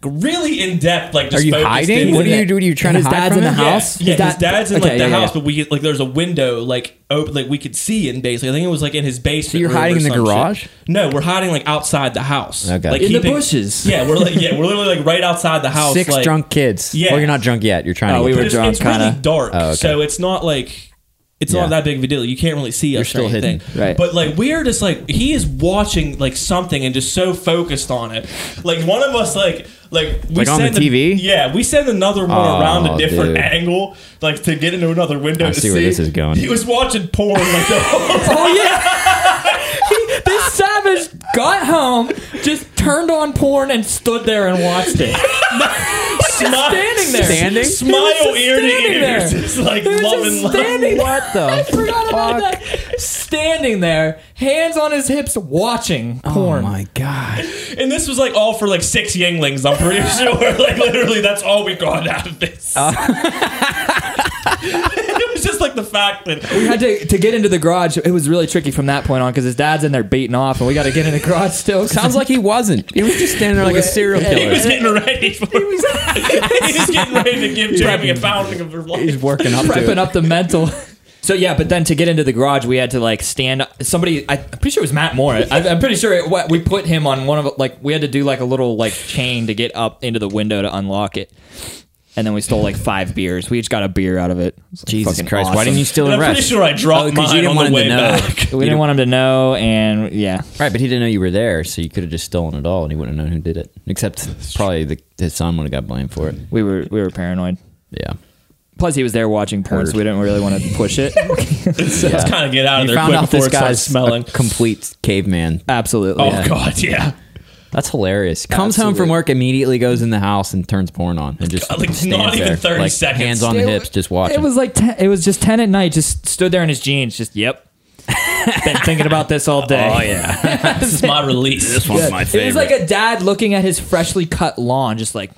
really in depth. Like, just Are you focused hiding? in- What are you? What are you trying His to hide dad's from in the him? Yeah, house? Yeah, His his dad- dad's in Okay, like the yeah, yeah. house, but we like there's a window like open, like we could see in basically. I think it was like in his basement. So you're hiding in the garage? No, we're hiding like outside the house. Okay. like, In the bushes. Yeah, we're like yeah, we're literally like right outside the house. Six like, drunk kids. Yeah. Well, you're not drunk yet. You're trying Oh, to. we get were there. But it's, it's drunk, kinda. really dark, okay. so it's not like it's Yeah. not that big of a deal. You can't really see us still or anything. hidden. Right. But like we're just like he is watching like something and just so focused on it. Like one of us like like we Like on the send TV? yeah, we send another one Oh, around a different dude. angle, like to get into another window. I to see where this is going. He was watching porn like the whole time. Oh yeah. Oh, He- this savage got home, just turned on porn and stood there and watched it. standing there. Standing? Smile He ear was to just standing ear. there. Just like was love just and love. standing What the? forgot about Fuck. that. Standing there, hands on his hips, watching Oh porn. my god! And this was like all for like six Yanglings, I'm pretty sure. Like literally that's all we got out of this. Uh. it was just like the fact that we had to, to get into the garage. It was really tricky from that point on because his dad's in there beating off, and we got to get in the garage still. Sounds like he wasn't. He was just standing there like a serial he killer. was getting ready for he was, getting ready to give Jeremy a pounding of her He's life. working up to prepping it. up the mental. So yeah, but then to get into the garage, we had to like stand. up Somebody, I, I'm pretty sure it was Matt Moore. I, I'm pretty sure it, what- we put him on one of like we had to do like a little like chain to get up into the window to unlock it, and then we stole like five beers. We each got a beer out of it. It was, like, Jesus fucking Christ! Why awesome. didn't you steal And and I'm rush? pretty sure I dropped Oh, you mine didn't on want the him way to know. back. We didn't want him to know, and yeah, Right, but he didn't know you were there, so you could have just stolen it all, and he wouldn't have known who did it. Except probably the, his son would have got blamed for it. we were we were paranoid. Yeah. Plus, he was there watching porn, so we didn't really want to push it. Let's kind of get out of there You found quick out before this it starts guy's smelling. a complete caveman. Absolutely. Oh god, yeah. That's hilarious. Comes home from Absolutely. work, immediately goes in the house and turns porn on, and just Like, not stands even there, 30 like, seconds. hands on the hips, just watching. It was like ten, it was just ten at night. Just stood there in his jeans. Just yep. Been thinking about this all day. oh yeah, This is my release. This one's my It was like a dad looking at his freshly cut lawn, just like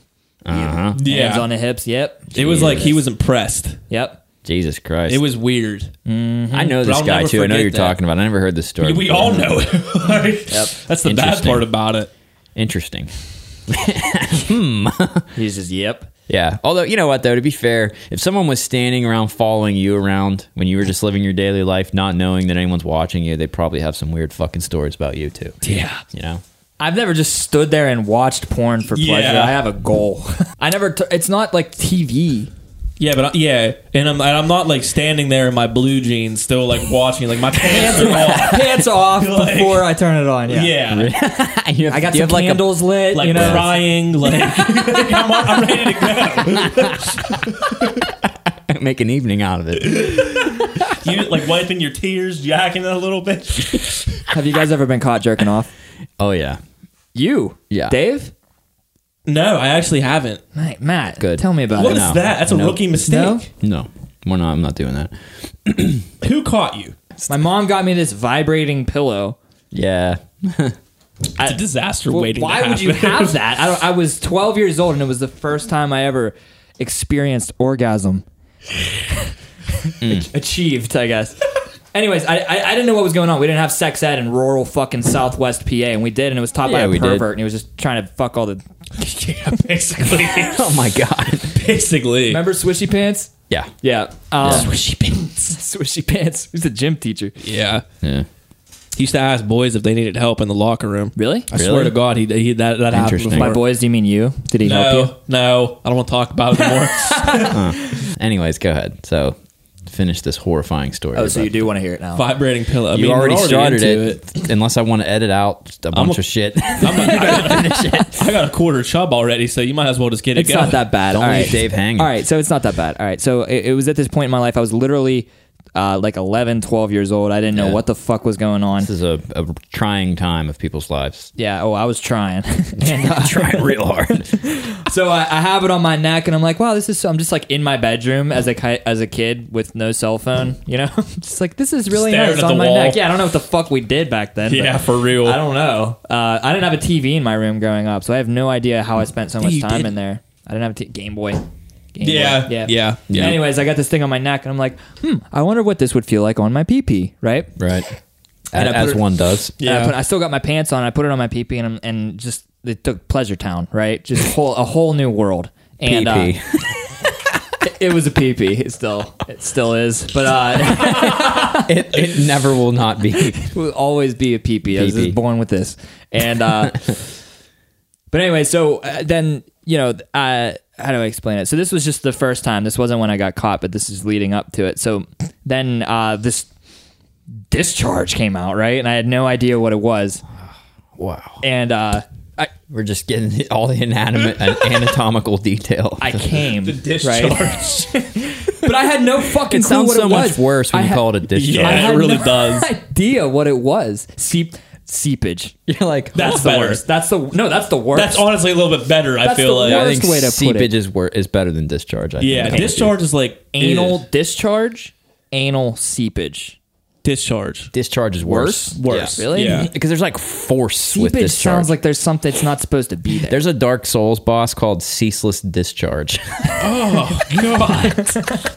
uh-huh. yeah. hands on the hips. Yep, It was like he was impressed. yep. Jesus Christ. It was weird. I know this I'll guy never too. I know forget you're that. talking about. it. I never heard this story. We before. all know it. Like, That's the bad Interesting. part about it. Interesting. He's just yep. Yeah. Although you know what though, to be fair, if someone was standing around following you around when you were just living your daily life, not knowing that anyone's watching you, they probably have some weird fucking stories about you too. Yeah. You know. I've never just stood there and watched porn for pleasure. Yeah. I have a goal. I never. T- it's not like TV. Yeah, but I, yeah, and I'm and I'm not like standing there in my blue jeans, still like watching, like my pants are off. Pants off Like- before I turn it on. Yeah. Yeah, you have, I got you some have like a candles lit. like you know, crying, like I'm, I'm ready to go. make an evening out of it. You like wiping your tears, jacking it a little bit. have you guys ever been caught jerking off? Oh yeah. You, Yeah. Dave, No, I actually haven't. Hey, Matt. Good. Tell me about What it. is No. that? That's a Nope. rookie mistake. No? No, we're not. I'm not doing that. Who caught you? My mom got me this vibrating pillow. Yeah. It's a disaster waiting. Why to would you happen. have that? I, don't, I was 12 years old, and it was the first time I ever experienced orgasm. Mm. Achieved, I guess. Anyways, I, I I didn't know what was going on. We didn't have sex ed in rural fucking Southwest PA, and we did, and it was taught Yeah, by we a did. pervert, and he was just trying to fuck all the. yeah, basically, Oh my god. basically. Remember Swishy Pants? Yeah. Yeah, um, Swishy pants. Swishy Pants. He's a gym teacher. Yeah, Yeah. he used to ask boys if they needed help in the locker room. Really? I swear to God, he, he that that happened. Interesting. Before. By boys, do you mean you? Did he help you? No, no, I don't want to talk about it anymore. Anyways, go ahead. So finish this horrifying story. Oh, so about- you do want to hear it now? Vibrating pillow. I You mean, we're already started into it, Unless I want to edit out a bunch a- of shit. I'm a, I, got, I got a quarter chub already, so you might as well just get it. It's going. not that bad. Don't All leave right. Dave hanging. All right, so it's not that bad. All right, so it, it was at this point in my life, I was literally uh, like 11, 12 years old. I didn't know Yeah. what the fuck was going on. This is a, a trying time of people's lives. Yeah, oh, I was trying. and, uh, Trying real hard. so I, I have it on my neck, and I'm like, wow, this is. So, I'm just like in my bedroom as a ki- as a kid with no cell phone. You know, just like this is really Staring nice at on the my wall. neck. Yeah, I don't know what the fuck we did back then. but Yeah, for real. I don't know. Uh, I didn't have a TV in my room growing up, so I have no idea how I spent so much You time did. in there. I didn't have a t- Game Boy. Game Yeah, yeah, yeah. Anyways, I got this thing on my neck, and I'm like, hmm, I wonder what this would feel like on my pee pee, right? Right. And I put As it- one does. And I, Yeah. put, I still got my pants on. I put it on my pee pee, and I'm, and just it took Pleasure Town, right? Just whole a whole new world. And uh, PP. it- it was a pee pee. It still it still is, but uh, it, it never will not be. it will always be a pee pee. I was Pee-pee. just born with this, and uh, but anyway, so uh, then you know, uh, how do I explain it? So this was just the first time. This wasn't when I got caught, but this is leading up to it. So then uh, this discharge came out, right? And I had no idea what it was, Wow. and uh, I We're just getting all the inanimate and anatomical detail. I came The discharge. right? but I had no fucking it clue sounds what so it much was. worse when I you had- call it a discharge. Yeah. I it had really no does. Idea what it was? See, seepage. You're like, That's the better. worst. That's the no. That's the worst. That's honestly a little bit better. I That's feel the like. I worst. think way to put it. seepage is wor- is better than discharge. I Yeah, think. discharge is like anal ugh. discharge, anal seepage. discharge. discharge is worse. Worse. Yeah. Really? Yeah. Because there's like force with Seepage discharge. sounds like there's something that's not supposed to be there. there's a Dark Souls boss called Ceaseless Discharge. Oh god.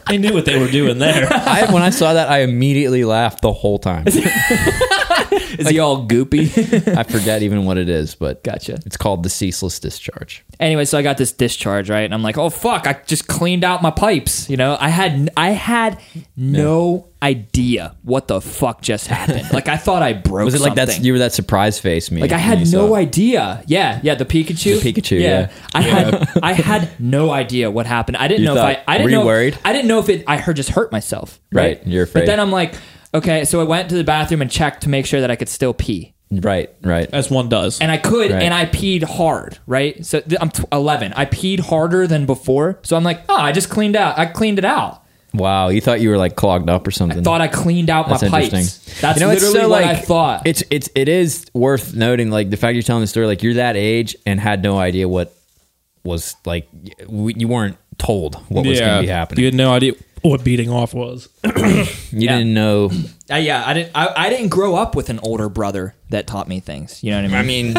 they knew what they were doing there. I, when I saw that, I immediately laughed the whole time. Is he all goopy? I forget even what it is, but Gotcha. It's called the Ceaseless Discharge. anyway, so I got this discharge right, and I'm like, oh fuck, I just cleaned out my pipes. You know, I had I had no idea what the fuck just happened. like I thought I broke. Was it like something. that? You were that surprise face me. Like I when had you no saw it. idea. Yeah, yeah, the Pikachu. The Pikachu, yeah. I had I had no idea what happened. I didn't You know thought- if I I didn't were you know if- worried? I didn't know if it I heard just hurt myself. Right, you're But afraid. then I'm like, okay, so I went to the bathroom and checked to make sure that I could still pee. Right, right. As one does. And I could Right. and I peed hard, right? So th- I'm t- 11. I peed harder than before. So I'm like, "Oh, I just cleaned out. I cleaned it out." Wow, you thought you were like clogged up or something. Thought I cleaned out my Mm. That's pipes. That's You know, it's literally so, what like, I thought. It's it's it is worth noting, like the fact you're telling the story, like you're that age and had no idea what was like. y- we- You weren't told what was going to be happening. You You, had no idea what beating off was. Yeah. didn't know. Uh, yeah, I didn't. I, I didn't grow up with an older brother that taught me things. You know what I mean?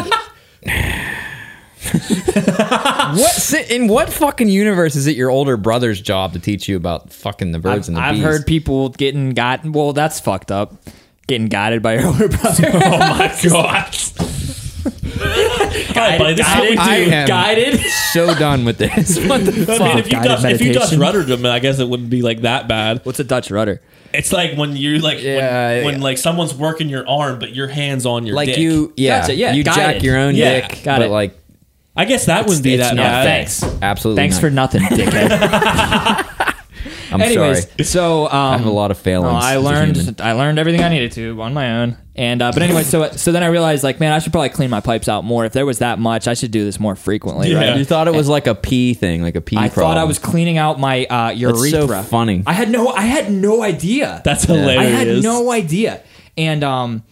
I mean. what si- in what fucking universe is it your older brother's job to teach you about fucking the birds I've, and the I've bees? heard people getting gotten. Well, that's fucked up. Getting guided by your older brother. oh my god. All right, buddy, this is what we do. I am guided. so done with this. What the fuck? I mean, if you, Guided Dutch, if you Dutch meditation. ruddered them, I guess it wouldn't be like that bad. What's a Dutch rudder? It's like when you like Yeah, when, when like someone's working your arm, but your hands on your like dick. you, yeah, Gotcha, yeah, you got jack it. your own Yeah, dick, got but it. like I guess that wouldn't be it's that not- bad. Thanks. absolutely. Thanks not. for nothing, dickhead. I'm Anyways, sorry. so um, I have a lot of failings. I as a human. learned I learned everything I needed to on my own. And uh, but anyway, so so then I realized like, man, I should probably clean my pipes out more. If there was that much, I should do this more frequently. Yeah. Right? You thought it was like a pee thing, like a pee I E problem. thought I was cleaning out my uh, urethra. That's so funny. I had no I had no idea. That's I hilarious. had no idea. And um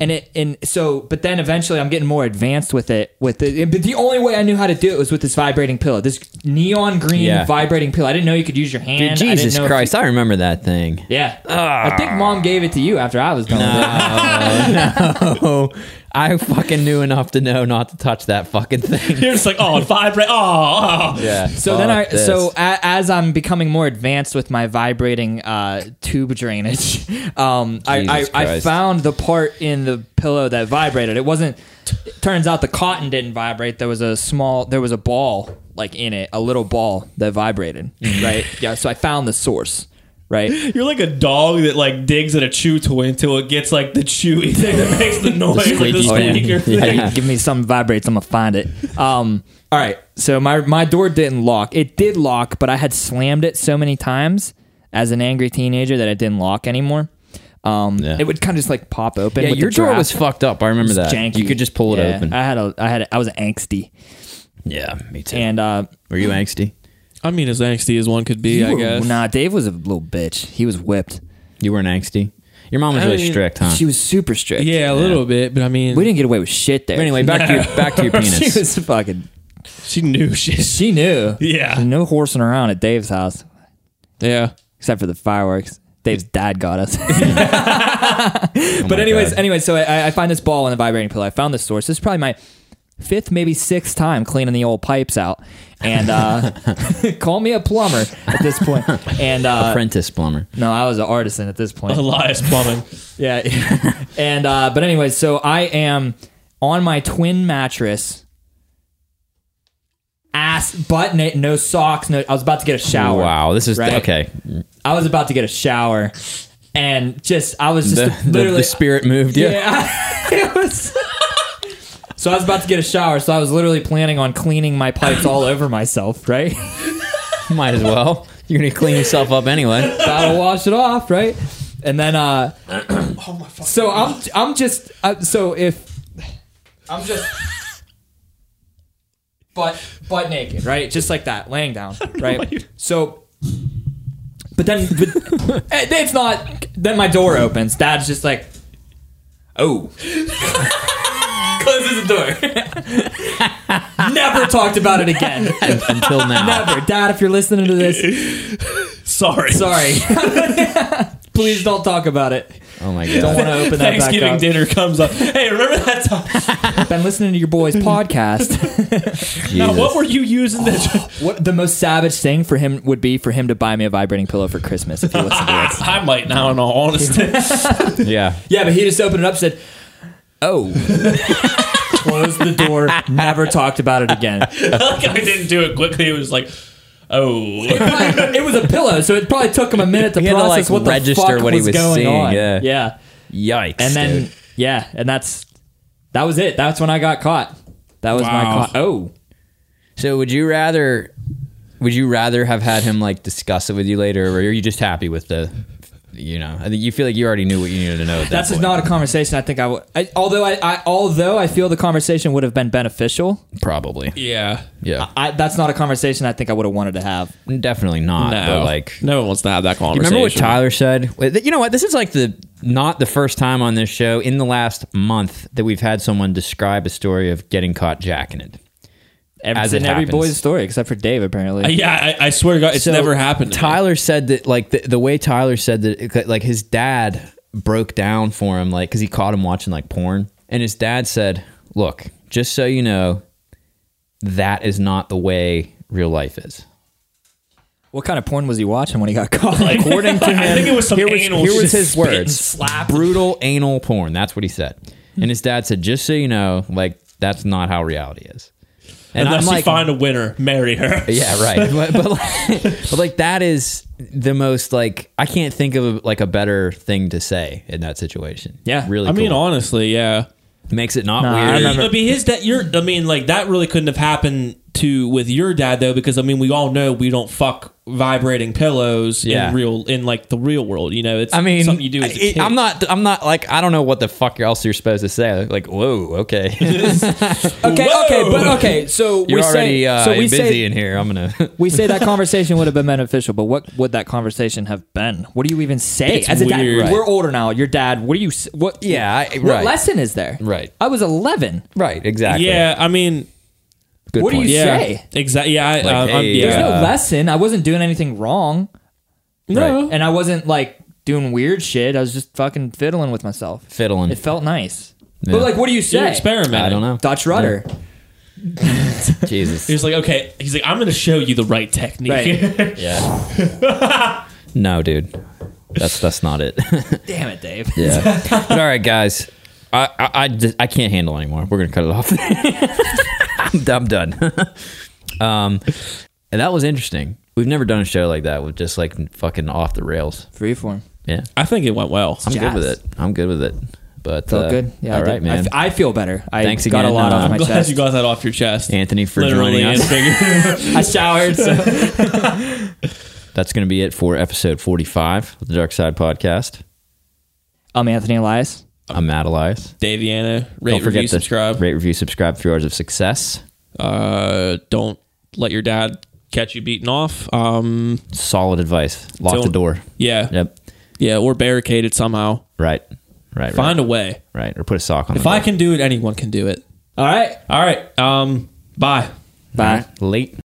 and it and so but then eventually I'm getting more advanced with it with the but the only way I knew how to do it was with this vibrating pillow. This neon green Yeah. vibrating pillow. I didn't know you could use your hand. Dude, I didn't Jesus know if you- Christ, I remember that thing. yeah. I think mom gave it to you after I was done with it. Oh, I fucking knew enough to know not to touch that fucking thing. You're just like oh vibrate oh, oh. Yeah. So then I Fuck this. so a, as I'm becoming more advanced with my vibrating uh, tube drainage, um, I, Jesus I, I Christ. found the part in the pillow that vibrated. It wasn't. It turns out the cotton didn't vibrate. There was a small. There was a ball like in it, a little ball that vibrated. Right. Yeah. So I found the source. Right. You're like a dog that like digs at a chew toy until it gets like the chewy thing that makes the noise. like the squeaky thing. squeaker thing. Yeah. Give me something vibrates. I'm gonna find it. Um. All right. So my my door didn't lock. It did lock, but I had slammed it so many times as an angry teenager that it didn't lock anymore. Um, Yeah. it would kind of just like pop open. yeah, with your the door draft. was fucked up. I remember It was that. janky. You could just pull it Yeah, open. I had a, I had, a, I was angsty, yeah, me too. and uh, Were you angsty? I mean, as angsty as one could be, you I were- guess. nah, Dave was a little bitch. He was whipped. You weren't angsty. Your mom was I really mean, strict, huh? She was super strict. yeah, a little bit, but I mean, we didn't get away with shit there. But anyway, back to your back to your penis. she was fucking. she knew shit. She knew. Yeah. no horsing around at Dave's house Yeah, except for the fireworks. Dave's dad got us. Oh But my anyways, God. anyways, so I, I find this ball in the vibrating pillow. I found this source. This is probably my fifth, maybe sixth time cleaning the old pipes out. And uh, call me a plumber at this point. And uh, apprentice plumber. no, I was an artisan at this point. Elias plumbing. Yeah. and uh, but anyways, so I am on my twin mattress. Ass butt na- no socks no I was about to get a shower Wow, this is Right. okay. I was about to get a shower and just I was The, just the- the literally spirit moved you. yeah. it was. so I was about to get a shower, so I was literally planning on cleaning my pipes all over myself, right? Might as well. You're gonna clean yourself up anyway. Gotta wash it off, right? And then, uh, so I'm, I'm just, uh, so if I'm just butt, butt naked, right? Just like that, laying down, right? So, but then, eh, but, it's not. Then my door opens. Dad's just like, oh. Closes the door. Never talked about it again. until now. Never. Dad, if you're listening to this, Sorry. sorry. Please don't talk about it. Oh my Don't god. want to open that back Thanksgiving up. dinner comes up. Hey, remember that time? Been listening to your boys' podcast. Now, Jesus. what were you using Oh, that? What the most savage thing for him would be for him to buy me a vibrating pillow for Christmas if he listened to this. I might now, in all honesty. yeah. Yeah, but he just opened it up and said, Oh. Closed the door, never talked about it again. like I didn't do it quickly. It was like, oh, it was a pillow, so it probably took him a minute to He had to, process like, what the register fuck what he was, was going seeing, on. yeah. yeah. Yikes. and then dude. yeah, and that's that was it. That's when I got caught. That was my Wow. caught. Oh, so would you rather would you rather have had him like discuss it with you later or are you just happy with the you know, I think you feel like you already knew what you needed to know. At that that's point. not a conversation. I think I would. I, although I, I although I feel the conversation would have been beneficial. probably. yeah. Yeah, I, that's not a conversation I think I would have wanted to have. definitely not. But No, like, like no one wants to have that You conversation. remember what Tyler said? Wait, th- You know what? This is like the not the first time on this show in the last month that we've had someone describe a story of getting caught jacking it. Every, As in it every happens. boy's story, except for Dave, apparently. Uh, Yeah, I, I swear to God, it's So, never happened. to me. Tyler said that like the, the way Tyler said that it- like his dad broke down for him like cuz he caught him watching like porn and his dad said, "Look, just so you know, that is not the way real life is." What kind of porn was he watching when he got caught? Like, According to I him, think it was some here was- anal. here was just his spit and words. Slap. brutal anal porn. That's what he said. And his dad said, just so you know, like that's not how reality is. And Unless I'm you like, find a winner, marry her. yeah, right. But, but, like, but like that is the most like I can't think of like a better thing to say in that situation. Yeah. really. I mean, cool. honestly, yeah. makes it not Nah, I weird. remember- I mean, his dad. Your, I mean, like that really couldn't have happened to with your dad though, because I mean, we all know we don't fuck vibrating pillows Yeah. in real in like the real world. You know, it's I mean, something you do. As a I- kid. I'm not. I'm not like. I don't know what the fuck else you're supposed to say. Like, whoa, okay. okay, Whoa! okay, but okay. So You're we already say, uh, so we busy say, in here. I'm gonna. we say that conversation would have been beneficial, but what would that conversation have been? What do you even say It's as a dad? weird. We're older now. Your dad. What do you? s- What? Yeah, I- what right. lesson is there? Right. I was eleven. right. Exactly. Yeah, I mean, Good What do point. you yeah, Say. exactly. Yeah, I, Like, um, I'm- hey, yeah. There's no Uh, lesson. I wasn't doing anything wrong, no, and I wasn't like doing weird shit. I was just fucking fiddling with myself. Fiddling. It felt nice. Yeah. But like, what do you you're say? experimenting. I don't know. Dutch rudder. Jesus. He's like, okay. He's like, I'm going to show you the right technique. Right. Yeah. no, dude. That's that's not it. Damn it, Dave. yeah. But all right, guys. I I, I, just, I can't handle anymore. We're gonna cut it off. I'm, I'm done. um, and that was interesting. We've never done a show like that with just like fucking off the rails. Freeform. Yeah, I think it went well. I'm good Jazz. with it. I'm good with it. But Felt uh, good. Yeah. all I did. right, man. I, f- I feel better. I Thanks got again, a lot uh, off my I'm glad chest. you got that off your chest, Anthony for Literally joining and us. figuratively. I showered. So. That's gonna be it for episode 45 of the Dark Side Podcast. I'm Anthony Elias. I'm Matt Elias. Dave Viana, rate, Don't forget review, to subscribe. rate, review, subscribe. Three hours of success. Uh, don't let your dad catch you beating off. Um, Solid advice. Lock the Don't- door. yeah, Yep. yeah, or barricade it somehow. Right. Right. Find a way. Right. right. Or put a sock on. If I can do it, anyone can do it. All right. All right. Um, bye. Bye. Late.